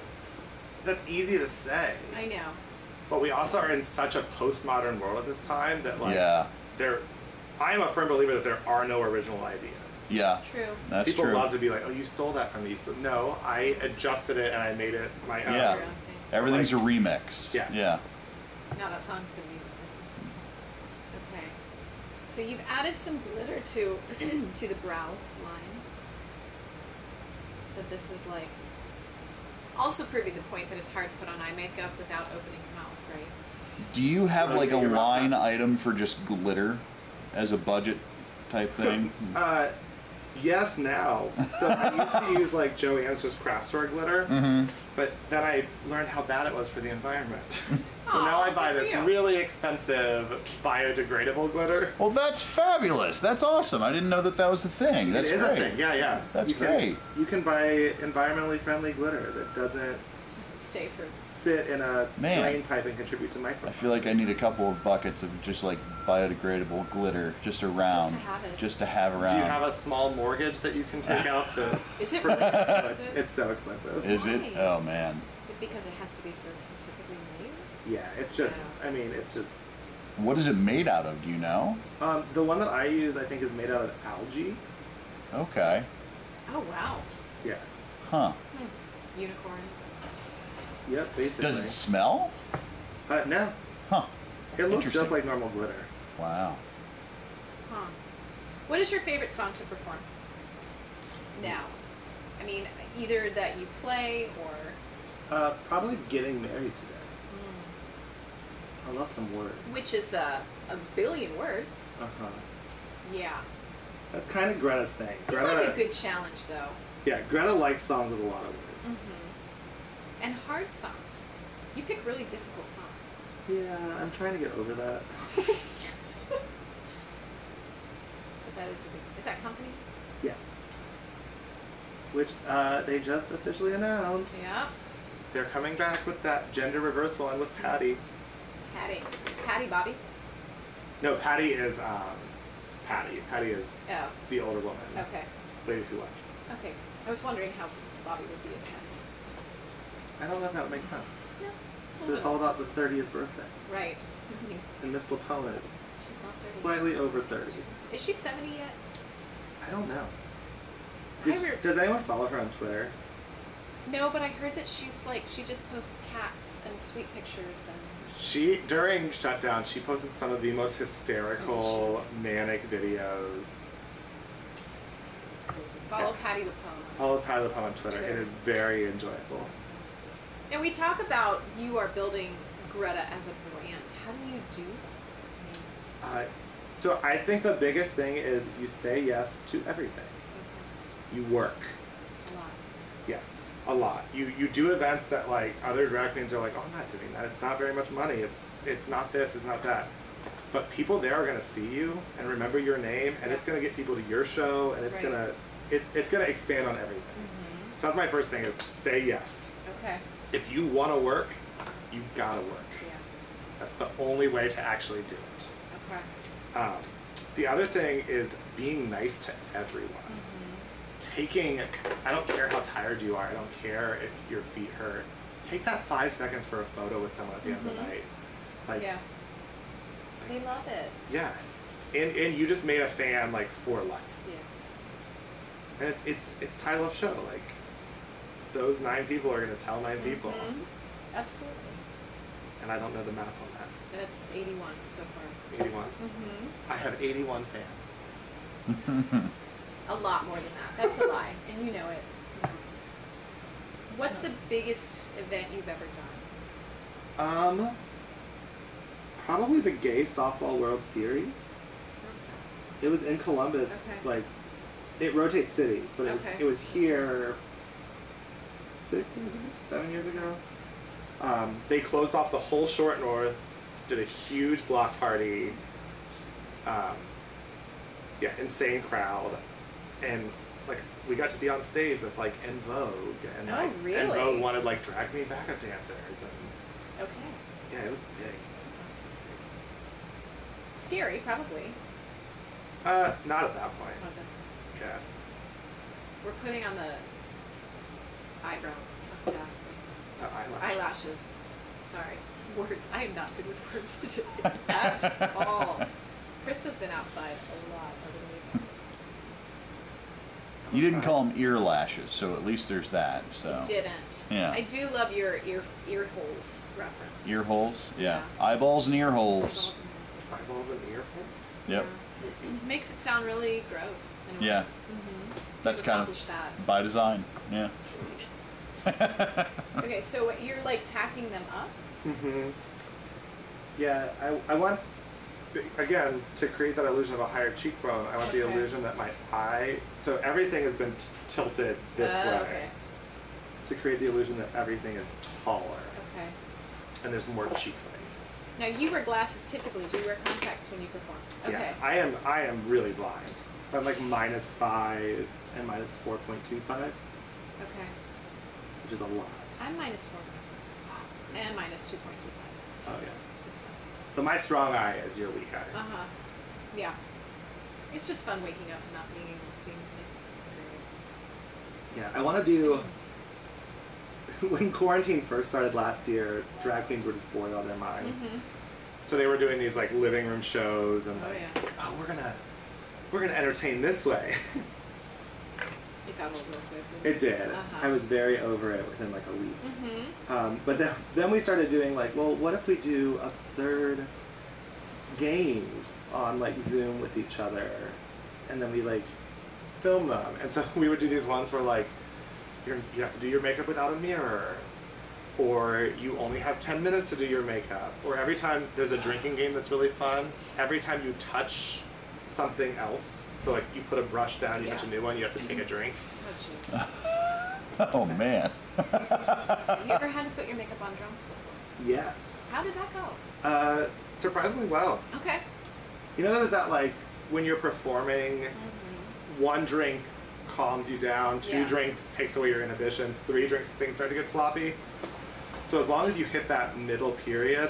[SPEAKER 2] that's easy to say.
[SPEAKER 1] to. I know.
[SPEAKER 2] But we also are in such a postmodern world at this time that like
[SPEAKER 3] Yeah.
[SPEAKER 2] there, I am a firm believer that there are no original ideas.
[SPEAKER 3] Yeah.
[SPEAKER 1] True.
[SPEAKER 3] That's
[SPEAKER 2] People
[SPEAKER 3] true.
[SPEAKER 2] love to be like, "Oh, you stole that from me." So no, I adjusted it and I made it my own.
[SPEAKER 3] Yeah.
[SPEAKER 1] Your own thing.
[SPEAKER 3] Everything's
[SPEAKER 2] like-
[SPEAKER 3] a remix.
[SPEAKER 2] Yeah.
[SPEAKER 3] Yeah.
[SPEAKER 1] Now that song's gonna be. Okay. So you've added some glitter to to the brow line. So this is like also proving the point that it's hard to put on eye makeup without opening your mouth, right?
[SPEAKER 3] Do you have
[SPEAKER 2] Wanna
[SPEAKER 3] like a
[SPEAKER 2] think about
[SPEAKER 3] line
[SPEAKER 2] that?
[SPEAKER 3] item for just glitter as a budget type thing?
[SPEAKER 2] Uh, yes, now. So I used to use like Joanne's just craft store glitter,
[SPEAKER 3] Mm-hmm.
[SPEAKER 2] but then I learned how bad it was for the environment. so now
[SPEAKER 1] Aw,
[SPEAKER 2] I buy
[SPEAKER 1] good for
[SPEAKER 2] this
[SPEAKER 1] you.
[SPEAKER 2] really expensive biodegradable glitter.
[SPEAKER 3] well, that's fabulous. That's awesome. I didn't know that that was a thing. That's
[SPEAKER 2] it is
[SPEAKER 3] great.
[SPEAKER 2] a thing. Yeah, yeah.
[SPEAKER 3] That's
[SPEAKER 2] you can,
[SPEAKER 3] great.
[SPEAKER 2] You can buy environmentally friendly glitter that doesn't
[SPEAKER 1] Doesn't stay for
[SPEAKER 2] sit in a
[SPEAKER 3] Man.
[SPEAKER 2] drain pipe and contribute to micro.
[SPEAKER 3] I feel like I need a couple of buckets of just like biodegradable glitter just around.
[SPEAKER 1] have it.
[SPEAKER 3] Just to have around.
[SPEAKER 2] Do you have a small mortgage that you can take out to?
[SPEAKER 1] Is it really
[SPEAKER 2] it's,
[SPEAKER 1] expensive?
[SPEAKER 2] it's so expensive.
[SPEAKER 3] is it?
[SPEAKER 1] Why?
[SPEAKER 3] Oh man.
[SPEAKER 1] because it has to be so specifically made?
[SPEAKER 2] yeah, it's just.
[SPEAKER 1] Yeah.
[SPEAKER 2] I mean, it's just.
[SPEAKER 3] What is it made out of? Do you know?
[SPEAKER 2] Um, the one that I use, I think, is made out of algae.
[SPEAKER 3] Okay.
[SPEAKER 1] Oh wow. Hmm.
[SPEAKER 2] Yeah.
[SPEAKER 3] Huh.
[SPEAKER 1] Unicorns.
[SPEAKER 2] Yep. Basically.
[SPEAKER 3] Does it smell?
[SPEAKER 2] Uh, no.
[SPEAKER 3] Huh.
[SPEAKER 2] It looks
[SPEAKER 3] Interesting.
[SPEAKER 2] just like normal glitter.
[SPEAKER 3] Wow.
[SPEAKER 1] Huh. What is your favorite song to perform? Now, I mean, either that you play or
[SPEAKER 2] Uh, probably getting married today. I lost some words.
[SPEAKER 1] which is a, a billion words.
[SPEAKER 2] Uh huh.
[SPEAKER 1] Yeah,
[SPEAKER 2] That's kind of Greta's thing.
[SPEAKER 1] You'd
[SPEAKER 2] Greta,
[SPEAKER 1] like a good challenge though,
[SPEAKER 2] yeah, Greta likes songs with a lot of words.
[SPEAKER 1] and hard songs. You pick really difficult songs.
[SPEAKER 2] Yeah, I'm trying to get over that.
[SPEAKER 1] But that is a good. Is that company?
[SPEAKER 2] Yes. Which uh, they just officially announced.
[SPEAKER 1] Yeah.
[SPEAKER 2] They're coming back with that gender reversal one with Patty.
[SPEAKER 1] Patty. Is Patty Bobby?
[SPEAKER 2] No, Patty is um, Patty. Patty is
[SPEAKER 1] Oh.
[SPEAKER 2] the older woman.
[SPEAKER 1] Okay.
[SPEAKER 2] Ladies who watch.
[SPEAKER 1] Okay. I was wondering how Bobby would be as Patty.
[SPEAKER 2] I don't know if that makes sense.
[SPEAKER 1] No.
[SPEAKER 2] But it's all about the 30th birthday.
[SPEAKER 1] Right.
[SPEAKER 2] And Miss LaPone is
[SPEAKER 1] She's not thirty.
[SPEAKER 2] slightly over 30.
[SPEAKER 1] Is she seventy yet?
[SPEAKER 2] I don't know.
[SPEAKER 1] I
[SPEAKER 2] Did,
[SPEAKER 1] re-
[SPEAKER 2] does anyone follow her on Twitter?
[SPEAKER 1] No, but I heard that she's like she just posts cats and sweet pictures and
[SPEAKER 2] She during shutdown, she posted some of the most hysterical manic videos.
[SPEAKER 1] it's crazy. Follow Patty LaPone.
[SPEAKER 2] Follow Patty LaPone on Twitter. It
[SPEAKER 1] Twitter.
[SPEAKER 2] is very enjoyable.
[SPEAKER 1] Now we talk about you are building Greta as a brand. How do you do that?
[SPEAKER 2] Uh, so I think the biggest thing is you say yes to everything.
[SPEAKER 1] Mm-hmm.
[SPEAKER 2] You work.
[SPEAKER 1] A lot.
[SPEAKER 2] Yes, a lot. You you do events that like other drag queens are like, oh, I'm not doing that. It's not very much money. It's it's not this. It's not that. But people there are gonna see you and remember your name, and it's gonna get people to your show, and it's
[SPEAKER 1] Right.
[SPEAKER 2] gonna it's it's gonna expand on everything. That's my first thing is say yes.
[SPEAKER 1] Okay.
[SPEAKER 2] If you want to work, you gotta work.
[SPEAKER 1] Yeah.
[SPEAKER 2] That's the only way to actually do it.
[SPEAKER 1] Okay.
[SPEAKER 2] Um, the other thing is being nice to everyone. Taking, I don't care how tired you are, I don't care if your feet hurt. Take that five seconds for a photo with someone at the end of the night. Like,
[SPEAKER 1] Yeah. They love it.
[SPEAKER 2] yeah. And, and you just made a fan like for life.
[SPEAKER 1] Yeah.
[SPEAKER 2] And it's it's it's title of show. Like those nine people are gonna tell 9 people.
[SPEAKER 1] Mhm. Absolutely.
[SPEAKER 2] And I don't know the math on
[SPEAKER 1] That's 81 so far.
[SPEAKER 2] that. 81.
[SPEAKER 1] Mm-hmm.
[SPEAKER 2] I have 81 fans.
[SPEAKER 1] A lot more than that. That's a lie, and you know it. What's the biggest event you've ever done?
[SPEAKER 2] Um, probably the Gay Softball World Series.
[SPEAKER 1] Where was that?
[SPEAKER 2] It was in Columbus,
[SPEAKER 1] Okay.
[SPEAKER 2] like it rotates cities, but it was
[SPEAKER 1] Okay.
[SPEAKER 2] it was here six years ago, seven years ago. Um, they closed off the whole short north, did a huge block party. Um, yeah, insane crowd, and like we got to be on stage with like En Vogue, and
[SPEAKER 1] Oh,
[SPEAKER 2] like En
[SPEAKER 1] really?
[SPEAKER 2] Vogue wanted like drag me backup dancers, and
[SPEAKER 1] Okay.
[SPEAKER 2] yeah, it was big.
[SPEAKER 1] That's awesome. Scary, probably.
[SPEAKER 2] Uh, not at that point.
[SPEAKER 1] Oh, the-
[SPEAKER 2] Yeah.
[SPEAKER 1] We're putting on the eyebrows of death.
[SPEAKER 2] The eyelashes.
[SPEAKER 1] Eyelashes. Sorry. Words. I am not good with words today at all. Krista's been outside a lot over the weekend.
[SPEAKER 3] You didn't call them ear lashes, so at least there's that. So
[SPEAKER 1] Didn't.
[SPEAKER 3] Yeah.
[SPEAKER 1] I do love your ear ear holes reference.
[SPEAKER 3] ear holes, yeah.
[SPEAKER 1] Yeah.
[SPEAKER 3] Eyeballs and ear holes.
[SPEAKER 2] Eyeballs and earphones.
[SPEAKER 3] Yep.
[SPEAKER 1] Makes it sound really gross. in a way.
[SPEAKER 3] Yeah. That's
[SPEAKER 1] You've
[SPEAKER 3] kind
[SPEAKER 1] accomplished
[SPEAKER 3] of
[SPEAKER 1] that.
[SPEAKER 3] by design. Yeah.
[SPEAKER 1] Okay, so what- you're like tacking them up.
[SPEAKER 2] hmm Yeah, I, I want, again, to create that illusion of a higher cheekbone, I want the
[SPEAKER 1] Okay.
[SPEAKER 2] illusion that my eye, so everything has been t- tilted this
[SPEAKER 1] oh,
[SPEAKER 2] way
[SPEAKER 1] okay.
[SPEAKER 2] to create the illusion that everything is taller
[SPEAKER 1] Okay.
[SPEAKER 2] and there's more cheek space.
[SPEAKER 1] Now you wear glasses typically. Do you wear contacts when you perform? Okay.
[SPEAKER 2] Yeah, I am I am really blind. So I'm like minus five and minus four point two five,
[SPEAKER 1] okay.
[SPEAKER 2] which is a lot.
[SPEAKER 1] I'm minus four point two, and minus two point two five.
[SPEAKER 2] Oh yeah. So my strong eye is your weak eye.
[SPEAKER 1] Uh huh. Yeah. It's just fun waking up and not being able to see anything. It's great.
[SPEAKER 2] Yeah, I want to do. When quarantine first started last year, drag queens were just bored out of their minds.
[SPEAKER 1] Mm-hmm.
[SPEAKER 2] So they were doing these like living room shows and
[SPEAKER 1] Oh
[SPEAKER 2] like,
[SPEAKER 1] yeah.
[SPEAKER 2] oh, we're gonna we're gonna entertain this way.
[SPEAKER 1] It got old real quick. Didn't
[SPEAKER 2] it did.
[SPEAKER 1] Uh-huh.
[SPEAKER 2] I was very over it within like a week.
[SPEAKER 1] Mm-hmm.
[SPEAKER 2] Um, but then, then we started doing like, well, what if we do absurd games on like Zoom with each other and then we like film them. And so we would do these ones where like you're, you have to do your makeup without a mirror, or you only have 10 minutes to do your makeup, or every time there's a drinking game that's really fun, every time you touch something else, so like you put a brush down, you touch a
[SPEAKER 1] Yeah.
[SPEAKER 2] new one, you have to take a drink.
[SPEAKER 1] Oh, jeez.
[SPEAKER 3] Oh man.
[SPEAKER 1] Have you ever had to put your makeup on drunk before?
[SPEAKER 2] Yes.
[SPEAKER 1] How did that go?
[SPEAKER 2] Uh, surprisingly well.
[SPEAKER 1] Okay.
[SPEAKER 2] You know, there's that like when you're performing, one drink calms you down, two
[SPEAKER 1] Yeah.
[SPEAKER 2] drinks takes away your inhibitions, three drinks things start to get sloppy. So as long as you hit that middle period,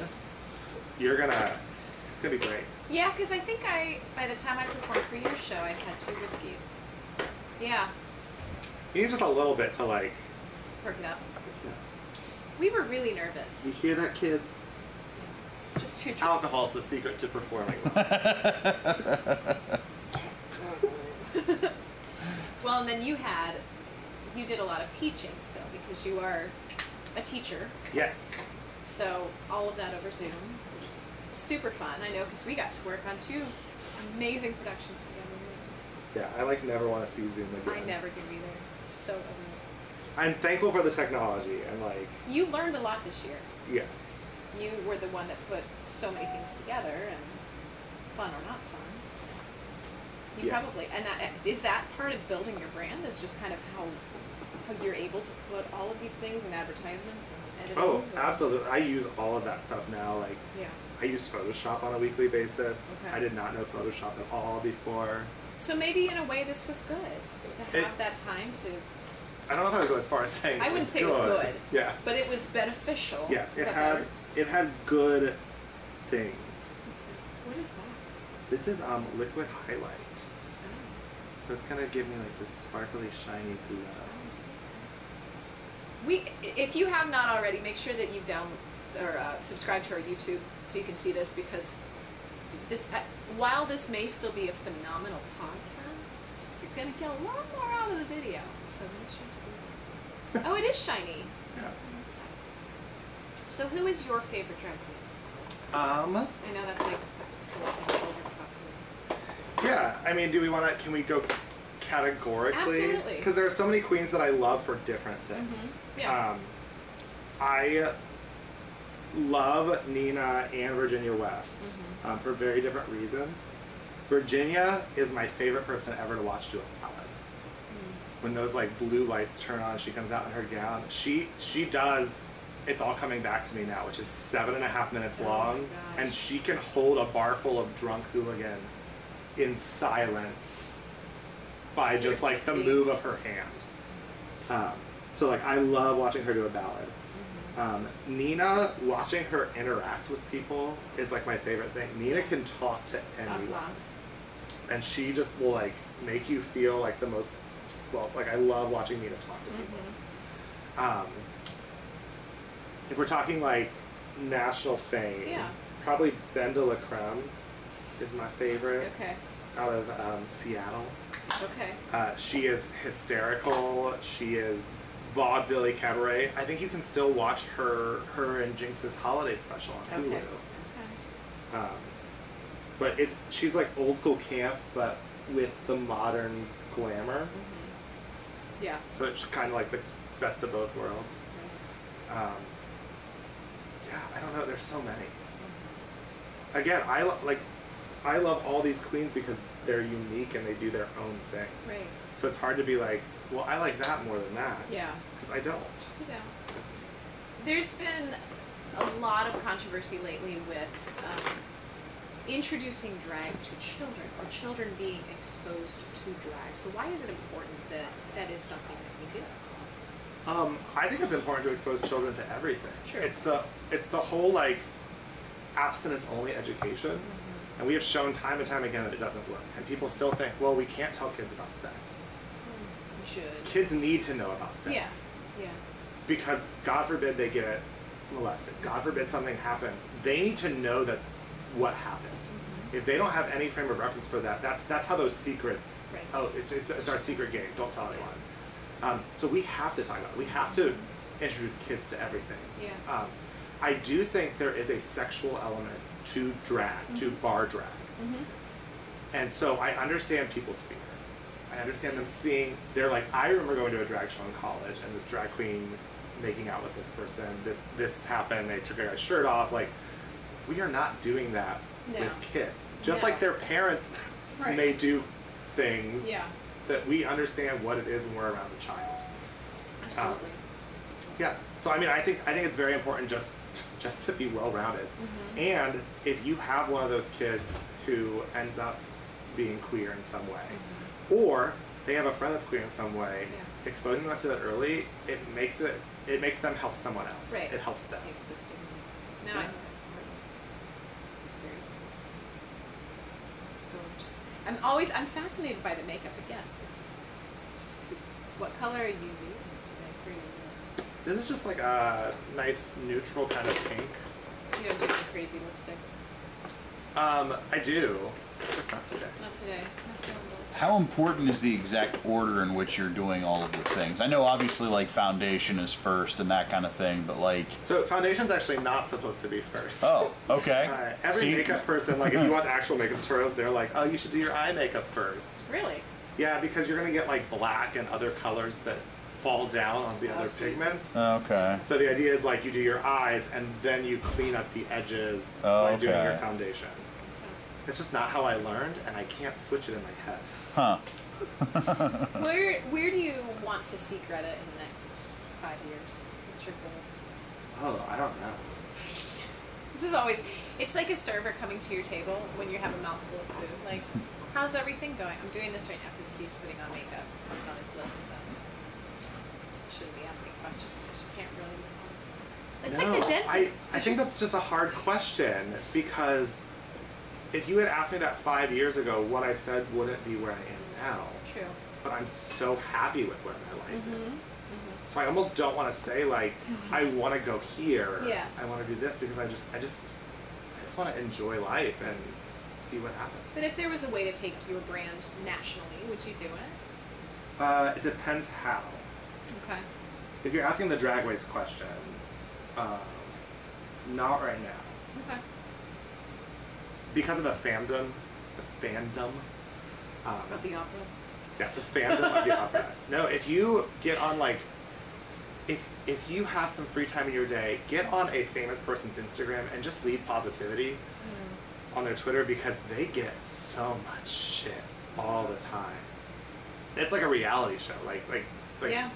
[SPEAKER 2] you're gonna it's gonna be great.
[SPEAKER 1] Yeah, because I think I, by the time I performed for your show, I'd had two whiskeys. Yeah,
[SPEAKER 2] You need just a little bit to like.
[SPEAKER 1] perk it up.
[SPEAKER 2] Yeah.
[SPEAKER 1] We were really
[SPEAKER 2] You
[SPEAKER 1] nervous.
[SPEAKER 2] hear that, kids?
[SPEAKER 1] Just two drinks.
[SPEAKER 2] Alcohol's the secret to performing.
[SPEAKER 1] Well, and then you had, you did a lot of teaching still because you are a teacher.
[SPEAKER 2] yes.
[SPEAKER 1] So all of that over Zoom, which is super fun. I know because we got to work on two amazing productions together.
[SPEAKER 2] Yeah, I like never want to see Zoom again.
[SPEAKER 1] I never did either. So ugly.
[SPEAKER 2] I'm thankful for the technology and like
[SPEAKER 1] You learned a lot this year.
[SPEAKER 2] yes.
[SPEAKER 1] You were the one that put so many things together, and fun or not fun. You
[SPEAKER 2] Yeah.
[SPEAKER 1] probably and that eh, is that part of building your brand is just kind of how how you're able to put all of these things in advertisements and editing.
[SPEAKER 2] Oh, absolutely. I use all of that stuff now. Like
[SPEAKER 1] Yeah.
[SPEAKER 2] I use Photoshop on a weekly basis.
[SPEAKER 1] Okay.
[SPEAKER 2] I did not know Photoshop at all before.
[SPEAKER 1] So maybe in a way this was good to
[SPEAKER 2] It-
[SPEAKER 1] have that time to.
[SPEAKER 2] I don't know if I would go as far as saying.
[SPEAKER 1] I wouldn't say it was good.
[SPEAKER 2] Yeah.
[SPEAKER 1] But it was beneficial.
[SPEAKER 2] Yes.
[SPEAKER 1] Is
[SPEAKER 2] It
[SPEAKER 1] that
[SPEAKER 2] had
[SPEAKER 1] better?
[SPEAKER 2] it had good things.
[SPEAKER 1] What is that?
[SPEAKER 2] This is um liquid highlight.
[SPEAKER 1] Oh,
[SPEAKER 2] So it's gonna give me like this sparkly shiny glow.
[SPEAKER 1] I'm so excited. We, if you have not already, make sure that you down or uh, subscribe to our YouTube so you can see this because this, uh, while this may still be a phenomenal podcast, you're going to get a lot more out of the video. So make sure to do that. oh, it is shiny.
[SPEAKER 2] Yeah.
[SPEAKER 1] So who is your favorite drag queen?
[SPEAKER 2] Um.
[SPEAKER 1] I know that's like selecting a favorite popular.
[SPEAKER 2] Yeah. I mean, do we want to? Can we go categorically?
[SPEAKER 1] Absolutely.
[SPEAKER 2] Because there are so many queens that I love for different things.
[SPEAKER 1] Mhm. Yeah.
[SPEAKER 2] Um, I love Nina and Virginia West
[SPEAKER 1] Mm-hmm.
[SPEAKER 2] um, for very different reasons. Virginia is my favorite person ever to watch do a ballad.
[SPEAKER 1] Mm.
[SPEAKER 2] When those like blue lights turn on, she comes out in her gown. She she does. It's all coming back to me now, which is seven and a half minutes
[SPEAKER 1] Oh my
[SPEAKER 2] long,
[SPEAKER 1] gosh.
[SPEAKER 2] and she can hold a bar full of drunk hooligans in silence by just like the
[SPEAKER 1] Seriously.
[SPEAKER 2] move of her hand. Um, so like I love watching her do a ballad.
[SPEAKER 1] Mm-hmm.
[SPEAKER 2] Um, Nina, watching her interact with people is like my favorite thing. Nina can talk to anyone,
[SPEAKER 1] Uh-huh.
[SPEAKER 2] and she just will like make you feel like the most. Well, like I love watching Nina talk to people.
[SPEAKER 1] Mm-hmm.
[SPEAKER 2] Um, if we're talking like national fame,
[SPEAKER 1] Yeah.
[SPEAKER 2] probably Benda LaCreme is my favorite
[SPEAKER 1] Okay.
[SPEAKER 2] out of um, Seattle.
[SPEAKER 1] Okay.
[SPEAKER 2] Uh, she is hysterical. She is vaudeville cabaret. I think you can still watch her her and Jinx's holiday special on Hulu.
[SPEAKER 1] Okay.
[SPEAKER 2] Um, but it's she's like old school camp, but with the modern glamour.
[SPEAKER 1] Yeah.
[SPEAKER 2] So it's kind of like the best of both worlds. Um, yeah, I don't know. There's so many. Again, I lo- like I love all these queens because they're unique and they do their own thing.
[SPEAKER 1] Right.
[SPEAKER 2] So it's hard to be like, well, I like that more than that.
[SPEAKER 1] Yeah.
[SPEAKER 2] Because I don't.
[SPEAKER 1] You know. There's been a lot of controversy lately with um, introducing drag to children or children being exposed to drag. So why is it important that that is something that we do?
[SPEAKER 2] Um, I think it's important to expose children to everything.
[SPEAKER 1] Sure.
[SPEAKER 2] It's the it's the whole like abstinence only education,
[SPEAKER 1] Mm-hmm.
[SPEAKER 2] and we have shown time and time again that it doesn't work. And people still think, well, we can't tell kids about sex.
[SPEAKER 1] We should.
[SPEAKER 2] Kids need to know about sex.
[SPEAKER 1] Yeah. Yeah.
[SPEAKER 2] Because God forbid they get molested. God forbid something happens. They need to know that what happened.
[SPEAKER 1] Mm-hmm.
[SPEAKER 2] If they don't have any frame of reference for that, that's that's how those secrets.
[SPEAKER 1] Right.
[SPEAKER 2] Oh, it's, it's, it's our secret game. Don't tell anyone. Um, so we have to talk about. It. We have to introduce kids to everything.
[SPEAKER 1] Yeah.
[SPEAKER 2] Um, I do
[SPEAKER 1] Mm-hmm.
[SPEAKER 2] think there is a sexual element to drag, to bar drag, And so I understand people's fear. I understand them seeing, they're like, I remember going to a drag show in college and this drag queen making out with this person. This this happened. They took a guy's shirt off. Like, we are not doing that
[SPEAKER 1] No.
[SPEAKER 2] with kids. Just
[SPEAKER 1] No.
[SPEAKER 2] like their parents
[SPEAKER 1] Right.
[SPEAKER 2] may do things
[SPEAKER 1] Yeah.
[SPEAKER 2] that we understand what it is when we're around a child.
[SPEAKER 1] Absolutely.
[SPEAKER 2] Yeah. So I mean, I think I think it's very important just just to be well rounded.
[SPEAKER 1] Mm-hmm.
[SPEAKER 2] And if you have one of those kids who ends up being queer in some way, or they have a friend that's queer in some way,
[SPEAKER 1] Mm-hmm. Yeah.
[SPEAKER 2] exposing them to that early, it makes it it makes them help someone else.
[SPEAKER 1] Right.
[SPEAKER 2] It helps them.
[SPEAKER 1] Takes the stigma. No, I think that's important. It's very important. So just, I'm always, I'm fascinated by the makeup again. It's just, what color are you using today for your
[SPEAKER 2] This is just like a nice neutral kind of pink.
[SPEAKER 1] lips? You don't do any crazy lipstick.
[SPEAKER 2] Um, I do. Just not today.
[SPEAKER 1] Not today. Not feeling the
[SPEAKER 3] How important is the exact order in which you're doing all of the things? I know obviously like foundation is first and that kind of thing, but like
[SPEAKER 2] So foundation's actually not supposed to be first.
[SPEAKER 3] oh, okay.
[SPEAKER 2] Uh, every makeup person, like if you watch actual makeup tutorials, they're like, oh, you should do your eye makeup first.
[SPEAKER 1] lips. Really?
[SPEAKER 2] Yeah, because you're gonna get like black and other colors that fall down on the
[SPEAKER 1] I
[SPEAKER 2] other
[SPEAKER 1] see.
[SPEAKER 2] pigments.
[SPEAKER 3] Uh. Okay.
[SPEAKER 2] so the idea is like you do your eyes and then you clean up the edges
[SPEAKER 3] Oh,
[SPEAKER 2] by doing your
[SPEAKER 3] okay.
[SPEAKER 2] foundation. It's just not how I learned, and I can't switch it in my head.
[SPEAKER 3] Huh.
[SPEAKER 1] Where, where do you want to see Greta in the next five years? What's your goal?
[SPEAKER 2] Oh, I don't know.
[SPEAKER 1] This is always, it's like a server coming to your table when you have a mouthful of food. Like, how's everything going? I'm doing this right now because Key's putting on makeup on his lips. So I shouldn't be asking questions because you can't really respond. It's like
[SPEAKER 2] No,
[SPEAKER 1] the dentist.
[SPEAKER 2] I, I
[SPEAKER 1] Did
[SPEAKER 2] think
[SPEAKER 1] you-
[SPEAKER 2] that's just a hard question because if you had asked me that five years ago, what I said wouldn't be where I am now.
[SPEAKER 1] true.
[SPEAKER 2] but I'm so happy with where my life is. So I almost don't want to say like I want to go here.
[SPEAKER 1] Yeah.
[SPEAKER 2] I want to do this because I just I just I just want to enjoy life and see what happens.
[SPEAKER 1] But if there was a way to take your brand nationally, would you do it?
[SPEAKER 2] Uh, it depends how.
[SPEAKER 1] Okay.
[SPEAKER 2] If you're asking the drag race question, um, not right now
[SPEAKER 1] Okay.
[SPEAKER 2] because of the fandom, the fandom. Um,
[SPEAKER 1] About the opera.
[SPEAKER 2] Yeah, the fandom of the opera. No, if you get on like, if if you have some free time in your day, get on a famous person's Instagram and just leave positivity
[SPEAKER 1] Mm.
[SPEAKER 2] on their Twitter because they get so much shit all the time. It's like a reality show. Like like like
[SPEAKER 1] Yeah.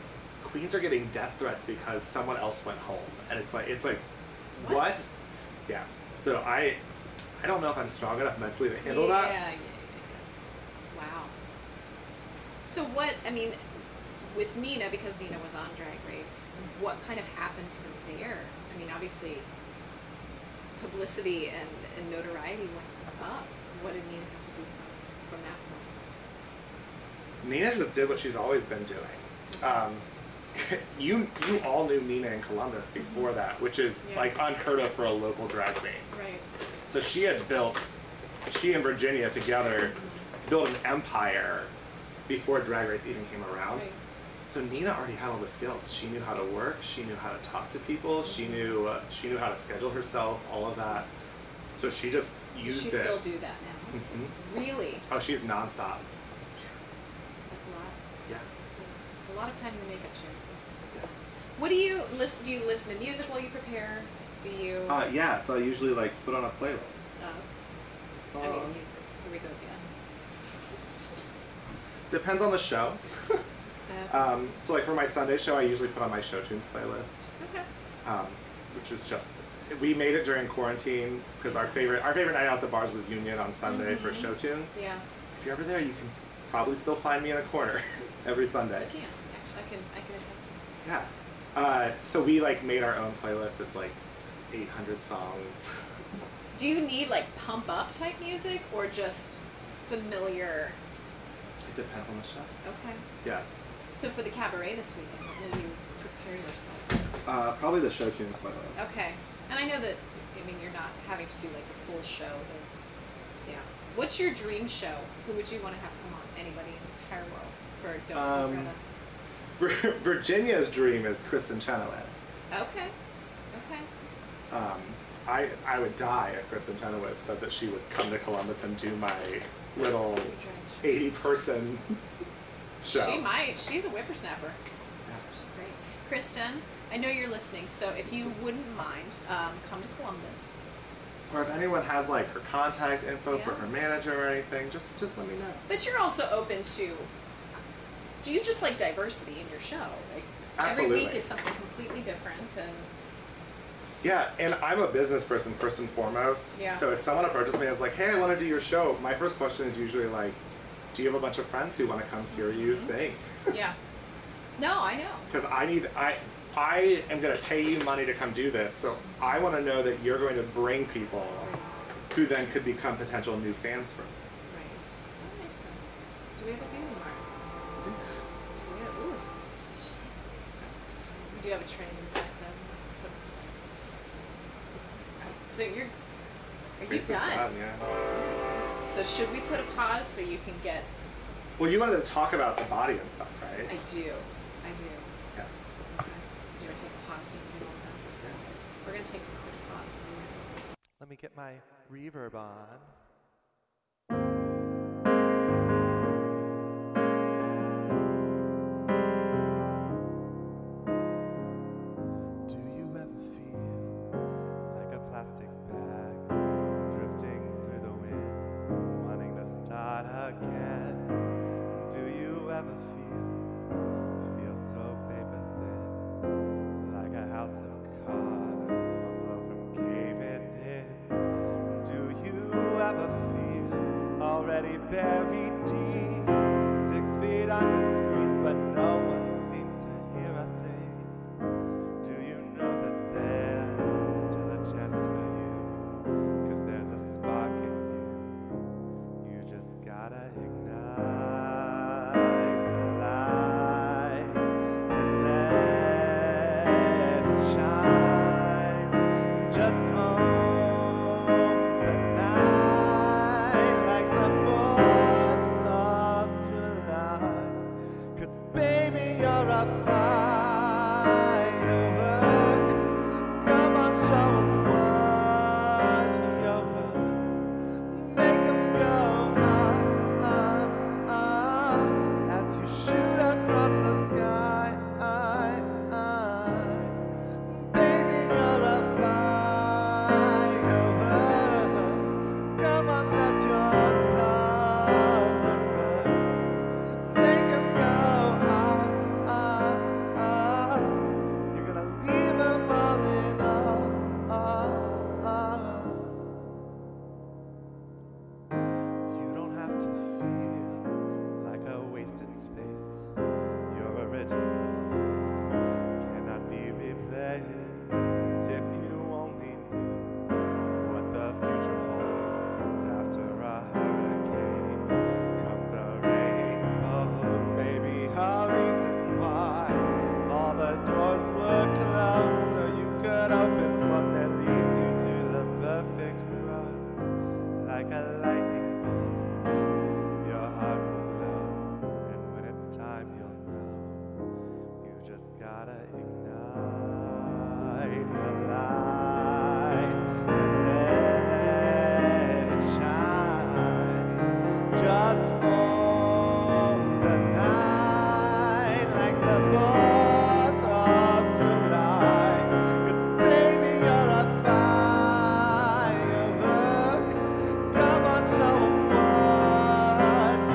[SPEAKER 2] queens are getting death threats because someone else went home, and it's like it's like
[SPEAKER 1] What?
[SPEAKER 2] what? Yeah. So I I don't know if I'm strong enough mentally to handle
[SPEAKER 1] yeah,
[SPEAKER 2] that.
[SPEAKER 1] Yeah, yeah, yeah. Wow. So what? I mean, with Nina, because Nina was on Drag Race, what kind of happened from there? I mean, obviously, publicity and, and notoriety went up. What did Nina have to do from, from that point?
[SPEAKER 2] Nina just did what she's always been doing. Um, you you all knew Nina in Columbus before that, which is
[SPEAKER 1] Yeah.
[SPEAKER 2] like unheard of for a local drag queen.
[SPEAKER 1] Right.
[SPEAKER 2] So she had built, she and Virginia together built an empire before Drag Race even came around.
[SPEAKER 1] Right.
[SPEAKER 2] So Nina already had all the skills. She knew how to work. She knew how to talk to people. She
[SPEAKER 1] Mm-hmm.
[SPEAKER 2] knew uh, she knew how to schedule herself. All of that. So she just
[SPEAKER 1] Does
[SPEAKER 2] used
[SPEAKER 1] she
[SPEAKER 2] it.
[SPEAKER 1] still do that now?
[SPEAKER 2] Mhm.
[SPEAKER 1] Really?
[SPEAKER 2] Oh, she's nonstop.
[SPEAKER 1] That's a lot.
[SPEAKER 2] Yeah.
[SPEAKER 1] That's a, a lot of time in the makeup shows.
[SPEAKER 2] yeah.
[SPEAKER 1] What do you listen? Do you listen to music while you prepare? Do you? uh,
[SPEAKER 2] Uh, yeah. So I usually like put on a playlist.
[SPEAKER 1] of- I mean,
[SPEAKER 2] Um,
[SPEAKER 1] music. Here we go again.
[SPEAKER 2] depends on the show.
[SPEAKER 1] Uh,
[SPEAKER 2] Um, so, like for my Sunday show, I usually put on my show tunes playlist,
[SPEAKER 1] okay.
[SPEAKER 2] um, which is just we made it during quarantine because our favorite our favorite night out at the bars was Union on Sunday for show tunes.
[SPEAKER 1] Mm-hmm. Yeah.
[SPEAKER 2] If you're ever there, you can s- probably still find me in a corner every
[SPEAKER 1] I
[SPEAKER 2] Sunday.
[SPEAKER 1] can. Actually, I can. I can attest.
[SPEAKER 2] Yeah. Uh, so we like made our own playlist. It's like 800 songs.
[SPEAKER 1] Do you need like pump up type music or just familiar?
[SPEAKER 2] It depends on the show.
[SPEAKER 1] Okay.
[SPEAKER 2] Yeah.
[SPEAKER 1] So for the cabaret this weekend, will you prepare yourself?
[SPEAKER 2] Uh, probably the show tunes playlist.
[SPEAKER 1] Okay. And I know that. I mean, you're not having to do like the full show. The, yeah. What's your dream show? Who would you want to have come on? Anybody in the entire world for Don't Tell
[SPEAKER 2] Um, Vir- Virginia's dream is Kristen Chenoweth.
[SPEAKER 1] Greta? Okay. Okay.
[SPEAKER 2] Um, I I would die if Kristen Chenoweth said that she would come to Columbus and do my little eighty person show.
[SPEAKER 1] She might. She's a whippersnapper. She's great. Kristen, I know you're listening, so if you wouldn't mind, um, come to Columbus.
[SPEAKER 2] Or if anyone has like her contact info for
[SPEAKER 1] Yeah.
[SPEAKER 2] her manager or anything, just just let me know.
[SPEAKER 1] But you're also open to. Do you just like diversity in your show? Like every week
[SPEAKER 2] Absolutely.
[SPEAKER 1] is something completely different, and
[SPEAKER 2] Yeah, and I'm a business person first and foremost.
[SPEAKER 1] Yeah.
[SPEAKER 2] So if someone approaches me and is like, "Hey, I want to do your show," my first question is usually like, "Do you have a bunch of friends who want to come hear you
[SPEAKER 1] Mm-hmm.
[SPEAKER 2] sing?"
[SPEAKER 1] yeah. No, I know.
[SPEAKER 2] Because I need I I am going to pay you money to come do this, so I want to know that you're going to bring people who then could become potential new fans for me.
[SPEAKER 1] Right. That makes sense. Do we have a beauty mark?
[SPEAKER 2] Do.
[SPEAKER 1] So we have, ooh. We do have a train in the background. So- So you're. Are you
[SPEAKER 2] Basically,
[SPEAKER 1] done?
[SPEAKER 2] Yeah.
[SPEAKER 1] So should we put a pause so you can get?
[SPEAKER 2] Well, you wanted to talk about the body and stuff, right?
[SPEAKER 1] I do. I do.
[SPEAKER 2] yeah.
[SPEAKER 1] Okay. Do I take a pause so you can get all that?
[SPEAKER 2] yeah.
[SPEAKER 1] We're gonna take a quick pause.
[SPEAKER 5] Let me get my reverb on. Do you ever feel like a plastic bag drifting through the wind, wanting to start again? Do you ever feel feel so paper thin? like a house of cards, one blow from caving in. Do you ever feel already buried deep? Six feet under screens, but no one seems to hear a thing. Do you know that there's still a chance for you? Cause there's a spark in you. You just gotta ignite the light and let it shine. Just own the night like the 4th of July. 'Cause baby, you're a firework. Come on, show 'em what you're worth. Make 'em go ah, ah, ah, as you shoot across the sky. ah, Baby, you're a firework. Come on, let your colors burst. Make 'em go ah, ah, ah. You're gonna leave 'em all in ah, awe. You don't have to feel like a wasted space. Your original cannot be replaced if you only knew what the future holds after a hurricane comes a rainbow. Maybe a reason why all the doors were closed so you could open one that leads you to the perfect road like a lightning bolt. Your heart will glow, and when it's time, you'll know. You just gotta ignite the light and let it shine. Just hold the night like the Fourth of July. 'Cause baby, you're a firework. Come on, show 'em what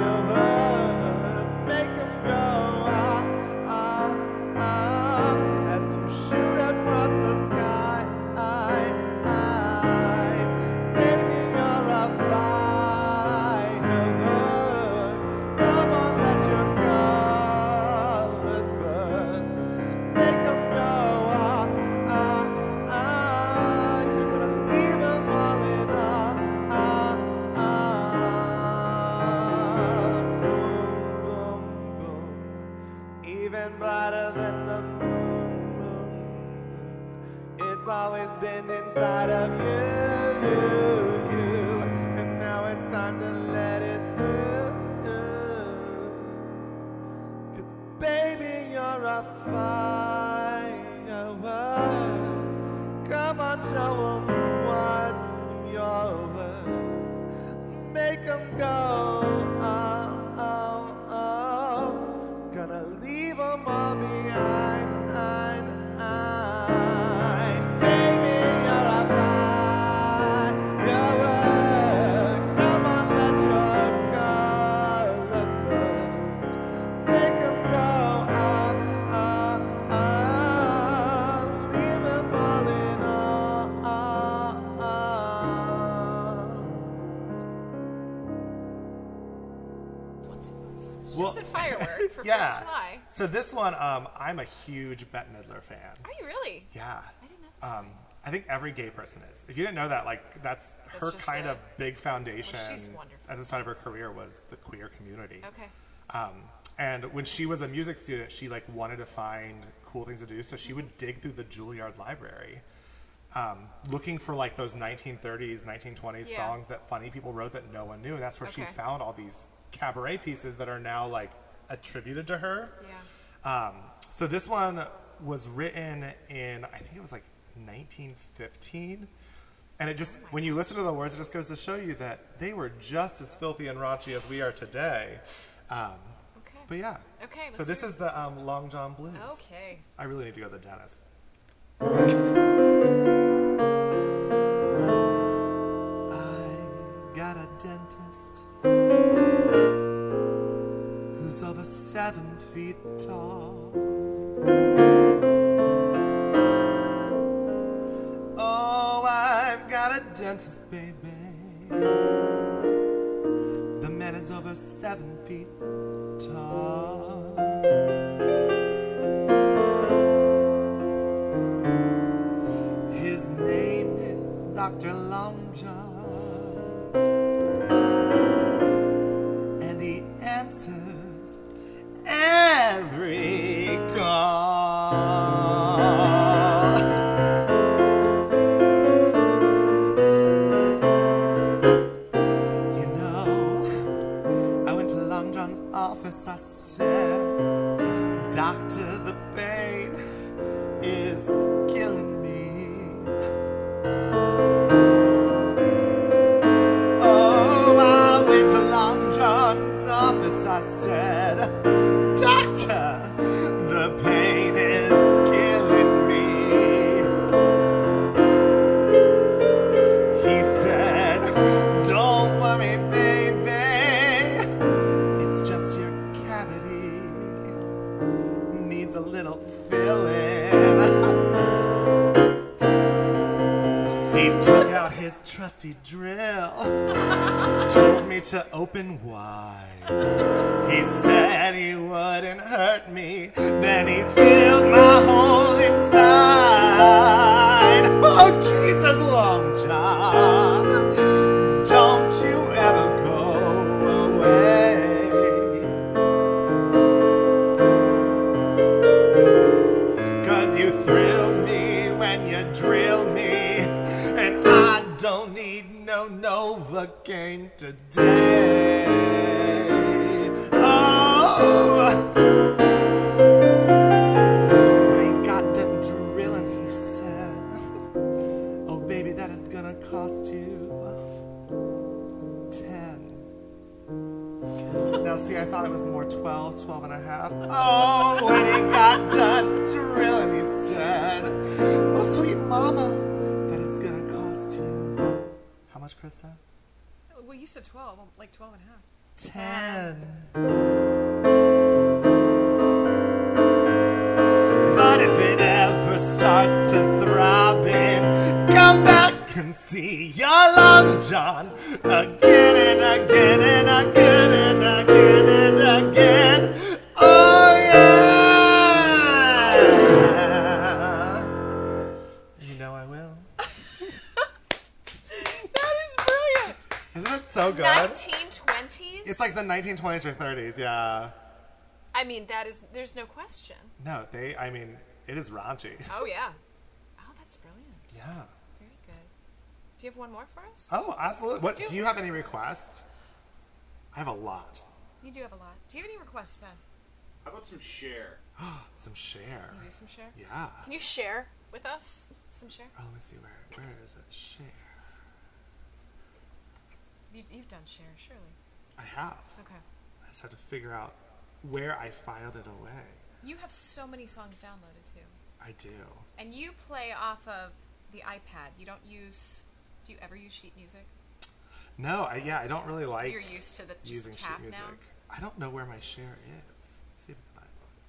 [SPEAKER 5] you're worth. Make 'em go ah ah ah as you shoot across the sky. Baby, you're a firework. Come on, let your colors burst. Make 'em go ah ah ah. You're gonna leave 'em all in awe. Ah, ah. Boom, boom, boom. Even brighter than the moon, moon, moon. It's always been inside of you, you, you. And now it's time to let it through. Cause baby, you're a firework. Come on, show 'em what you're worth. Make 'em
[SPEAKER 2] 'em go. Oh, oh, oh. Gonna leave 'em all behind. Ein, ein. Baby, you're a firework. Come on, let your colors burst. Make 'em go. Oh, oh, oh. Leave 'em all in awe.
[SPEAKER 1] Just a firework for Fourth
[SPEAKER 6] Yeah.
[SPEAKER 1] of July.
[SPEAKER 6] So this one, um, I'm a huge Bette Midler fan.
[SPEAKER 1] Are you really?
[SPEAKER 6] Yeah. I
[SPEAKER 1] didn't know this.
[SPEAKER 6] Um, I think every gay person is. If you didn't know that, like that's, her
[SPEAKER 1] just
[SPEAKER 6] kind
[SPEAKER 1] a-
[SPEAKER 6] of big foundation
[SPEAKER 1] she's wonderful.
[SPEAKER 6] at the start of her career was the queer community.
[SPEAKER 1] Okay.
[SPEAKER 6] Um, and when she was a music student, she like wanted to find cool things to do, so she would dig through the Juilliard library, um, looking for like those 1930s, 1920s
[SPEAKER 1] Yeah.
[SPEAKER 6] songs that funny people wrote that no one knew, and that's where she
[SPEAKER 1] Okay.
[SPEAKER 6] found all these cabaret pieces that are now like attributed to her.
[SPEAKER 1] Yeah.
[SPEAKER 6] Um, so this one was written in, I think it was like 1915. And it just, when you listen to the words, it just goes to show you that they were just as filthy and raunchy as we are today. Um,
[SPEAKER 1] Okay.
[SPEAKER 6] but yeah.
[SPEAKER 1] Okay,
[SPEAKER 6] So
[SPEAKER 1] let's
[SPEAKER 6] this
[SPEAKER 1] hear it.
[SPEAKER 6] is the um, Long John Blues.
[SPEAKER 1] Okay.
[SPEAKER 6] I really need to go to the dentist.
[SPEAKER 2] I got a dentist who's over seven feet tall. Oh, I've got a dentist, baby. The man is over seven feet tall. His name is Dr. Long John. And he answers every call. You know, I went to Long John's office, I said, Doctor, the pain is killing me. Oh, I went to Long John's office, I said, Doctor, the pain is killing me. He said, Don't worry, baby, it's just your cavity needs a little filling. He took out his trusty drill, told me to open wide. He said he wouldn't hurt me, then he filled my hole inside. Oh, Jesus, Long John, don't you ever go away. Cause you thrill me when you drill me. And I don't need no Novocaine today. Oh! When he got done drilling, he said, Oh, baby, that is gonna cost you ten. Now, see, I thought it was more 12, 12 and a half. Oh, when he got done drilling, he said, Oh, sweet mama, that is gonna cost you. How much, Krista?
[SPEAKER 1] Well, you said 12, like 12 and a half.
[SPEAKER 2] 10. But if it ever starts to throbbing, come back and see your long john again and again and again and again and again. Oh, yeah. You know I will.
[SPEAKER 1] That is brilliant.
[SPEAKER 6] Isn't it so good?
[SPEAKER 1] 1920s?
[SPEAKER 6] It's like the 1920s or 30s, yeah.
[SPEAKER 1] I mean, that is, there's no question.
[SPEAKER 6] No, they, I mean, it is raunchy.
[SPEAKER 1] Oh, yeah. Oh, that's brilliant.
[SPEAKER 6] Yeah.
[SPEAKER 1] Very good. Do you have one more for us?
[SPEAKER 6] Oh, absolutely. What,
[SPEAKER 1] Do-
[SPEAKER 6] do you have any requests? I have a lot.
[SPEAKER 1] You do have a lot. Do you have any requests, Ben?
[SPEAKER 7] How about some share?
[SPEAKER 6] Some share.
[SPEAKER 1] Can you do some share?
[SPEAKER 6] Yeah.
[SPEAKER 1] Can you share with us some share?
[SPEAKER 6] Oh, let me see where where is it? Share.
[SPEAKER 1] Have You, you've done share, surely.
[SPEAKER 2] I have.
[SPEAKER 1] Okay.
[SPEAKER 2] I just have to figure out where I filed it away.
[SPEAKER 1] You have so many songs downloaded too,
[SPEAKER 2] I do.
[SPEAKER 1] and you play off of the iPad. You don't use. Do you ever use sheet music?
[SPEAKER 2] No, I, yeah, I don't really like
[SPEAKER 1] You're used to the just
[SPEAKER 2] using
[SPEAKER 1] tap
[SPEAKER 2] sheet music. Mm-hmm.
[SPEAKER 1] now.
[SPEAKER 2] I don't know where my share is. Let's see if it's an iBooks.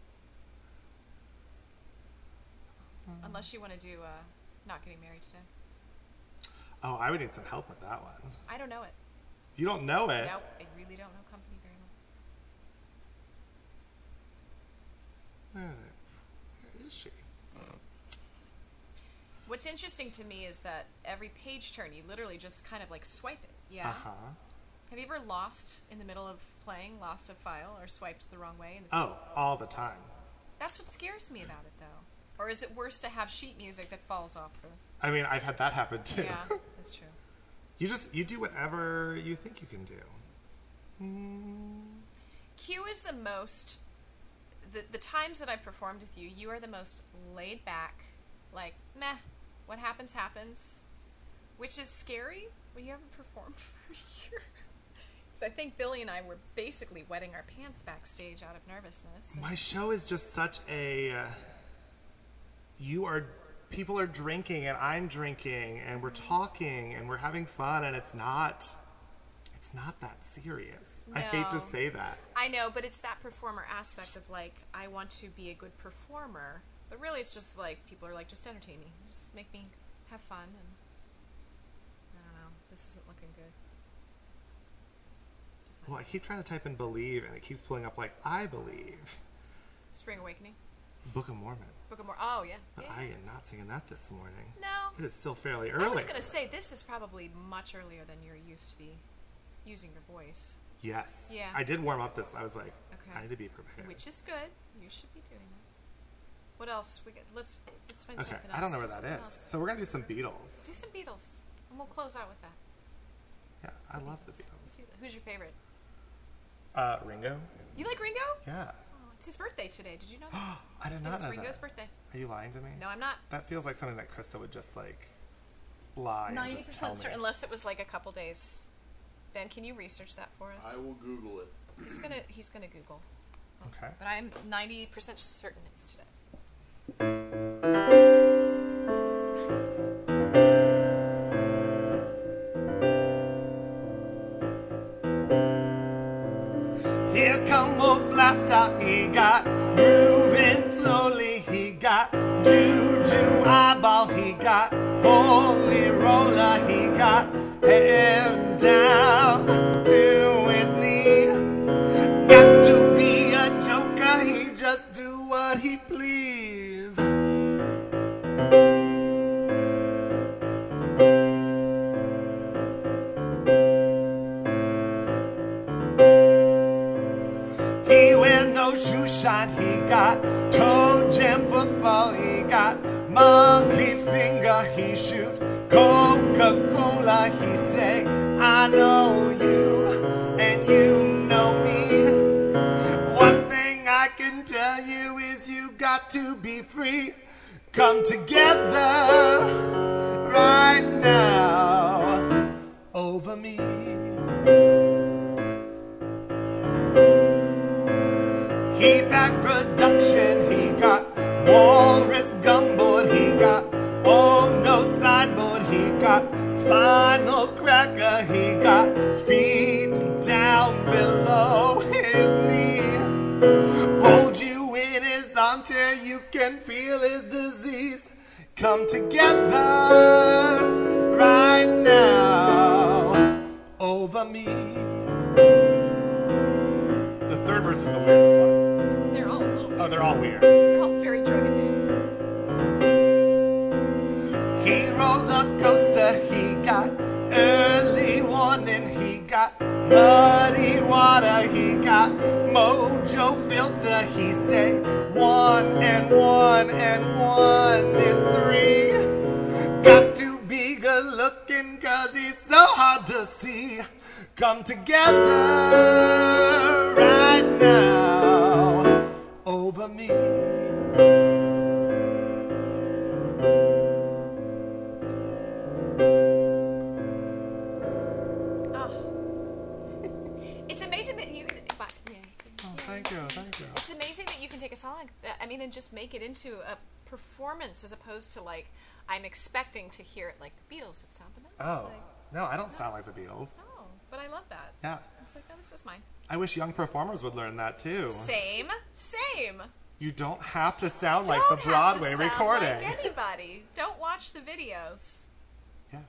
[SPEAKER 1] Unless you want to do uh, not getting married today.
[SPEAKER 2] Oh, I would need some help with that one.
[SPEAKER 1] I don't know it.
[SPEAKER 2] You don't know it.
[SPEAKER 1] No, I really don't know company very well.
[SPEAKER 2] Where the- where is she?
[SPEAKER 1] What's interesting to me is that every page turn, you literally just kind of like swipe it. Yeah.
[SPEAKER 2] Uh huh.
[SPEAKER 1] Have you ever lost in the middle of playing, lost a file, or swiped the wrong way? And
[SPEAKER 2] Oh, all the time.
[SPEAKER 1] that's what scares me about it, though. Or is it worse to have sheet music that falls off the?
[SPEAKER 2] I mean, I've had that happen too.
[SPEAKER 1] Yeah, that's true.
[SPEAKER 2] You just you do whatever you think you can do. Mm.
[SPEAKER 1] Q is the most. The, the times that I performed with you, you are the most laid back, like meh, what happens happens, which is scary when you haven't performed for a year. Because I think Billy and I were basically wetting our pants backstage out of nervousness.
[SPEAKER 2] My show is just such a. Uh, you are. People are drinking, and I'm drinking, and we're talking, and we're having fun, and it's not. It's not that serious. I hate to
[SPEAKER 1] No.
[SPEAKER 2] say that.
[SPEAKER 1] I know, but it's that performer aspect of like I want to be a good performer, but really it's just like people are like just entertain me, just make me have fun, and I don't know. This isn't looking good.
[SPEAKER 2] Well, I keep trying to type in believe, and it keeps pulling up like I believe,
[SPEAKER 1] Spring Awakening,
[SPEAKER 2] Book of Mormon.
[SPEAKER 1] Book of Mormon. Oh yeah,
[SPEAKER 2] But
[SPEAKER 1] yeah.
[SPEAKER 2] I am not singing that this morning.
[SPEAKER 1] no,
[SPEAKER 2] It is still fairly
[SPEAKER 1] I
[SPEAKER 2] early.
[SPEAKER 1] was gonna say this is probably much earlier than you're used to be using your voice,
[SPEAKER 2] Yes.
[SPEAKER 1] Yeah.
[SPEAKER 2] I did warm up this. I was like,
[SPEAKER 1] Okay.
[SPEAKER 2] I need to be prepared.
[SPEAKER 1] which is good. You should be doing that. What else? We got, let's let's find
[SPEAKER 2] okay,
[SPEAKER 1] something else.
[SPEAKER 2] I don't know
[SPEAKER 1] Do
[SPEAKER 2] where that
[SPEAKER 1] something
[SPEAKER 2] is.
[SPEAKER 1] else.
[SPEAKER 2] So we're gonna do some Beatles.
[SPEAKER 1] Do some Beatles, and we'll close out with that.
[SPEAKER 2] Yeah, I love the Beatles.
[SPEAKER 1] Who's your favorite?
[SPEAKER 2] Uh, Ringo.
[SPEAKER 1] You like Ringo?
[SPEAKER 2] Yeah.
[SPEAKER 1] Oh, it's his birthday today. Did you know that?
[SPEAKER 2] I did
[SPEAKER 1] it
[SPEAKER 2] not
[SPEAKER 1] was
[SPEAKER 2] know
[SPEAKER 1] Ringo's
[SPEAKER 2] that.
[SPEAKER 1] birthday.
[SPEAKER 2] Are you lying to me?
[SPEAKER 1] No, I'm not.
[SPEAKER 2] That feels like something that Krista would just like lie. and
[SPEAKER 1] Ninety
[SPEAKER 2] just tell me.
[SPEAKER 1] percent certain, unless it was like a couple days. Ben, can you research that for us?
[SPEAKER 3] I will Google it.
[SPEAKER 1] He's gonna he's gonna Google,
[SPEAKER 2] Okay.
[SPEAKER 1] but I'm ninety percent certain it's today.
[SPEAKER 2] Here come old Flapdog, he got moving slowly, he got juju eyeball, he got holy roller, he got him down to his knee. Got to be a joker, he just do what he please. He wear no shoe shine. He got toe jam football. He got monkey finger. He shoot Coca Cola. He say, I know you and you know me. One thing I can tell you is you got to be free. Come together right now over me. He back production, he got walrus gumboard, he got oh no sideboard, he got spinal cracker, he got feet down below his knee. Hold you in his arm till you can feel his disease. Come together right now over me. The third verse is the weirdest one.
[SPEAKER 1] They're all a little.
[SPEAKER 2] Oh, they're all weird.
[SPEAKER 1] They're all very drug induced.
[SPEAKER 2] He roller coaster, uh, he got early warning, he got muddy water, he got mojo filter, he say one and one and one is three. Got to be good looking cause he's so hard to see. Come together right now over me.
[SPEAKER 1] Oh,
[SPEAKER 2] Oh,
[SPEAKER 1] just make it into a performance as opposed to like I'm expecting to hear it like the Beatles at Samba Nights.
[SPEAKER 2] Oh.
[SPEAKER 1] Like,
[SPEAKER 2] No, I don't sound like the Beatles.
[SPEAKER 1] oh, but I love that.
[SPEAKER 2] Yeah.
[SPEAKER 1] It's like, no, this is mine.
[SPEAKER 2] I wish young performers would learn that too.
[SPEAKER 1] Same, same.
[SPEAKER 2] You don't have to sound like
[SPEAKER 1] Don't
[SPEAKER 2] the
[SPEAKER 1] have to
[SPEAKER 2] Broadway
[SPEAKER 1] sound
[SPEAKER 2] recording.
[SPEAKER 1] Like anybody. Don't watch the videos.
[SPEAKER 2] yeah.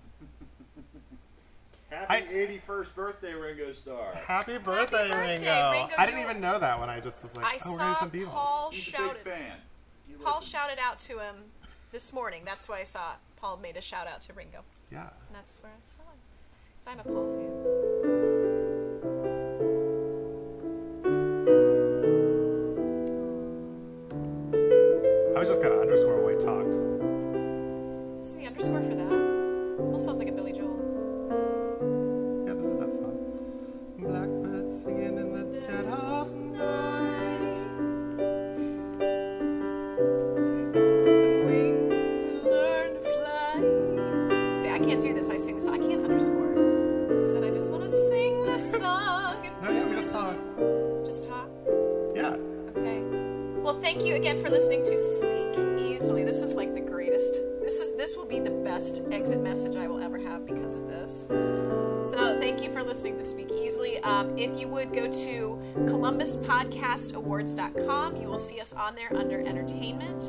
[SPEAKER 3] Happy 81st birthday, Ringo Starr.
[SPEAKER 2] Happy birthday,
[SPEAKER 1] birthday,
[SPEAKER 2] Ringo.
[SPEAKER 1] Ringo,
[SPEAKER 2] I didn't
[SPEAKER 1] you-
[SPEAKER 2] even know that when I just was like,
[SPEAKER 1] I
[SPEAKER 2] oh, we're
[SPEAKER 1] saw
[SPEAKER 2] gonna do some Beatles.
[SPEAKER 1] Paul
[SPEAKER 3] He's a big
[SPEAKER 1] shouted.
[SPEAKER 3] fan. He
[SPEAKER 1] Paul
[SPEAKER 3] listens.
[SPEAKER 1] shouted out to him this morning. That's why I saw it. Paul made a shout out to Ringo.
[SPEAKER 2] Yeah.
[SPEAKER 1] And that's where I saw him. 'Cause I'm a Paul fan.
[SPEAKER 2] I was just gonna underscore what we talked.
[SPEAKER 1] This is the underscore for that. Almost sounds like a Billy Joel.
[SPEAKER 2] Yeah, this is that song. Blackbird singing in the dead of night.
[SPEAKER 1] Take this broken wing to learn to fly. See, I can't do this. I sing this. I can't underscore. Because then I just want to sing the song and
[SPEAKER 2] No, Oh, yeah, we just talked.
[SPEAKER 1] just talk.
[SPEAKER 2] Yeah.
[SPEAKER 1] Okay. Well, thank you again for listening to Speak Easily. This is like the greatest. This is this will be the best exit message I will ever have because of this. So thank you for listening to Speak Easily. Um, if you would go to ColumbusPodcastAwards.com, you will see us on there under Entertainment.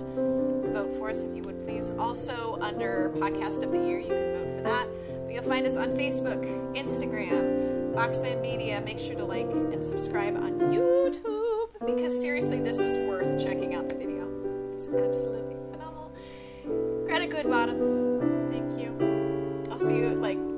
[SPEAKER 1] Vote for us if you would please. Also under Podcast of the Year, you can vote for that. But you'll find us on Facebook, Instagram, Boxland Media. Make sure to like and subscribe on YouTube because seriously, this is worth checking out the video. It's absolutely phenomenal. Greta Goodbottom, thank you. I'll see you like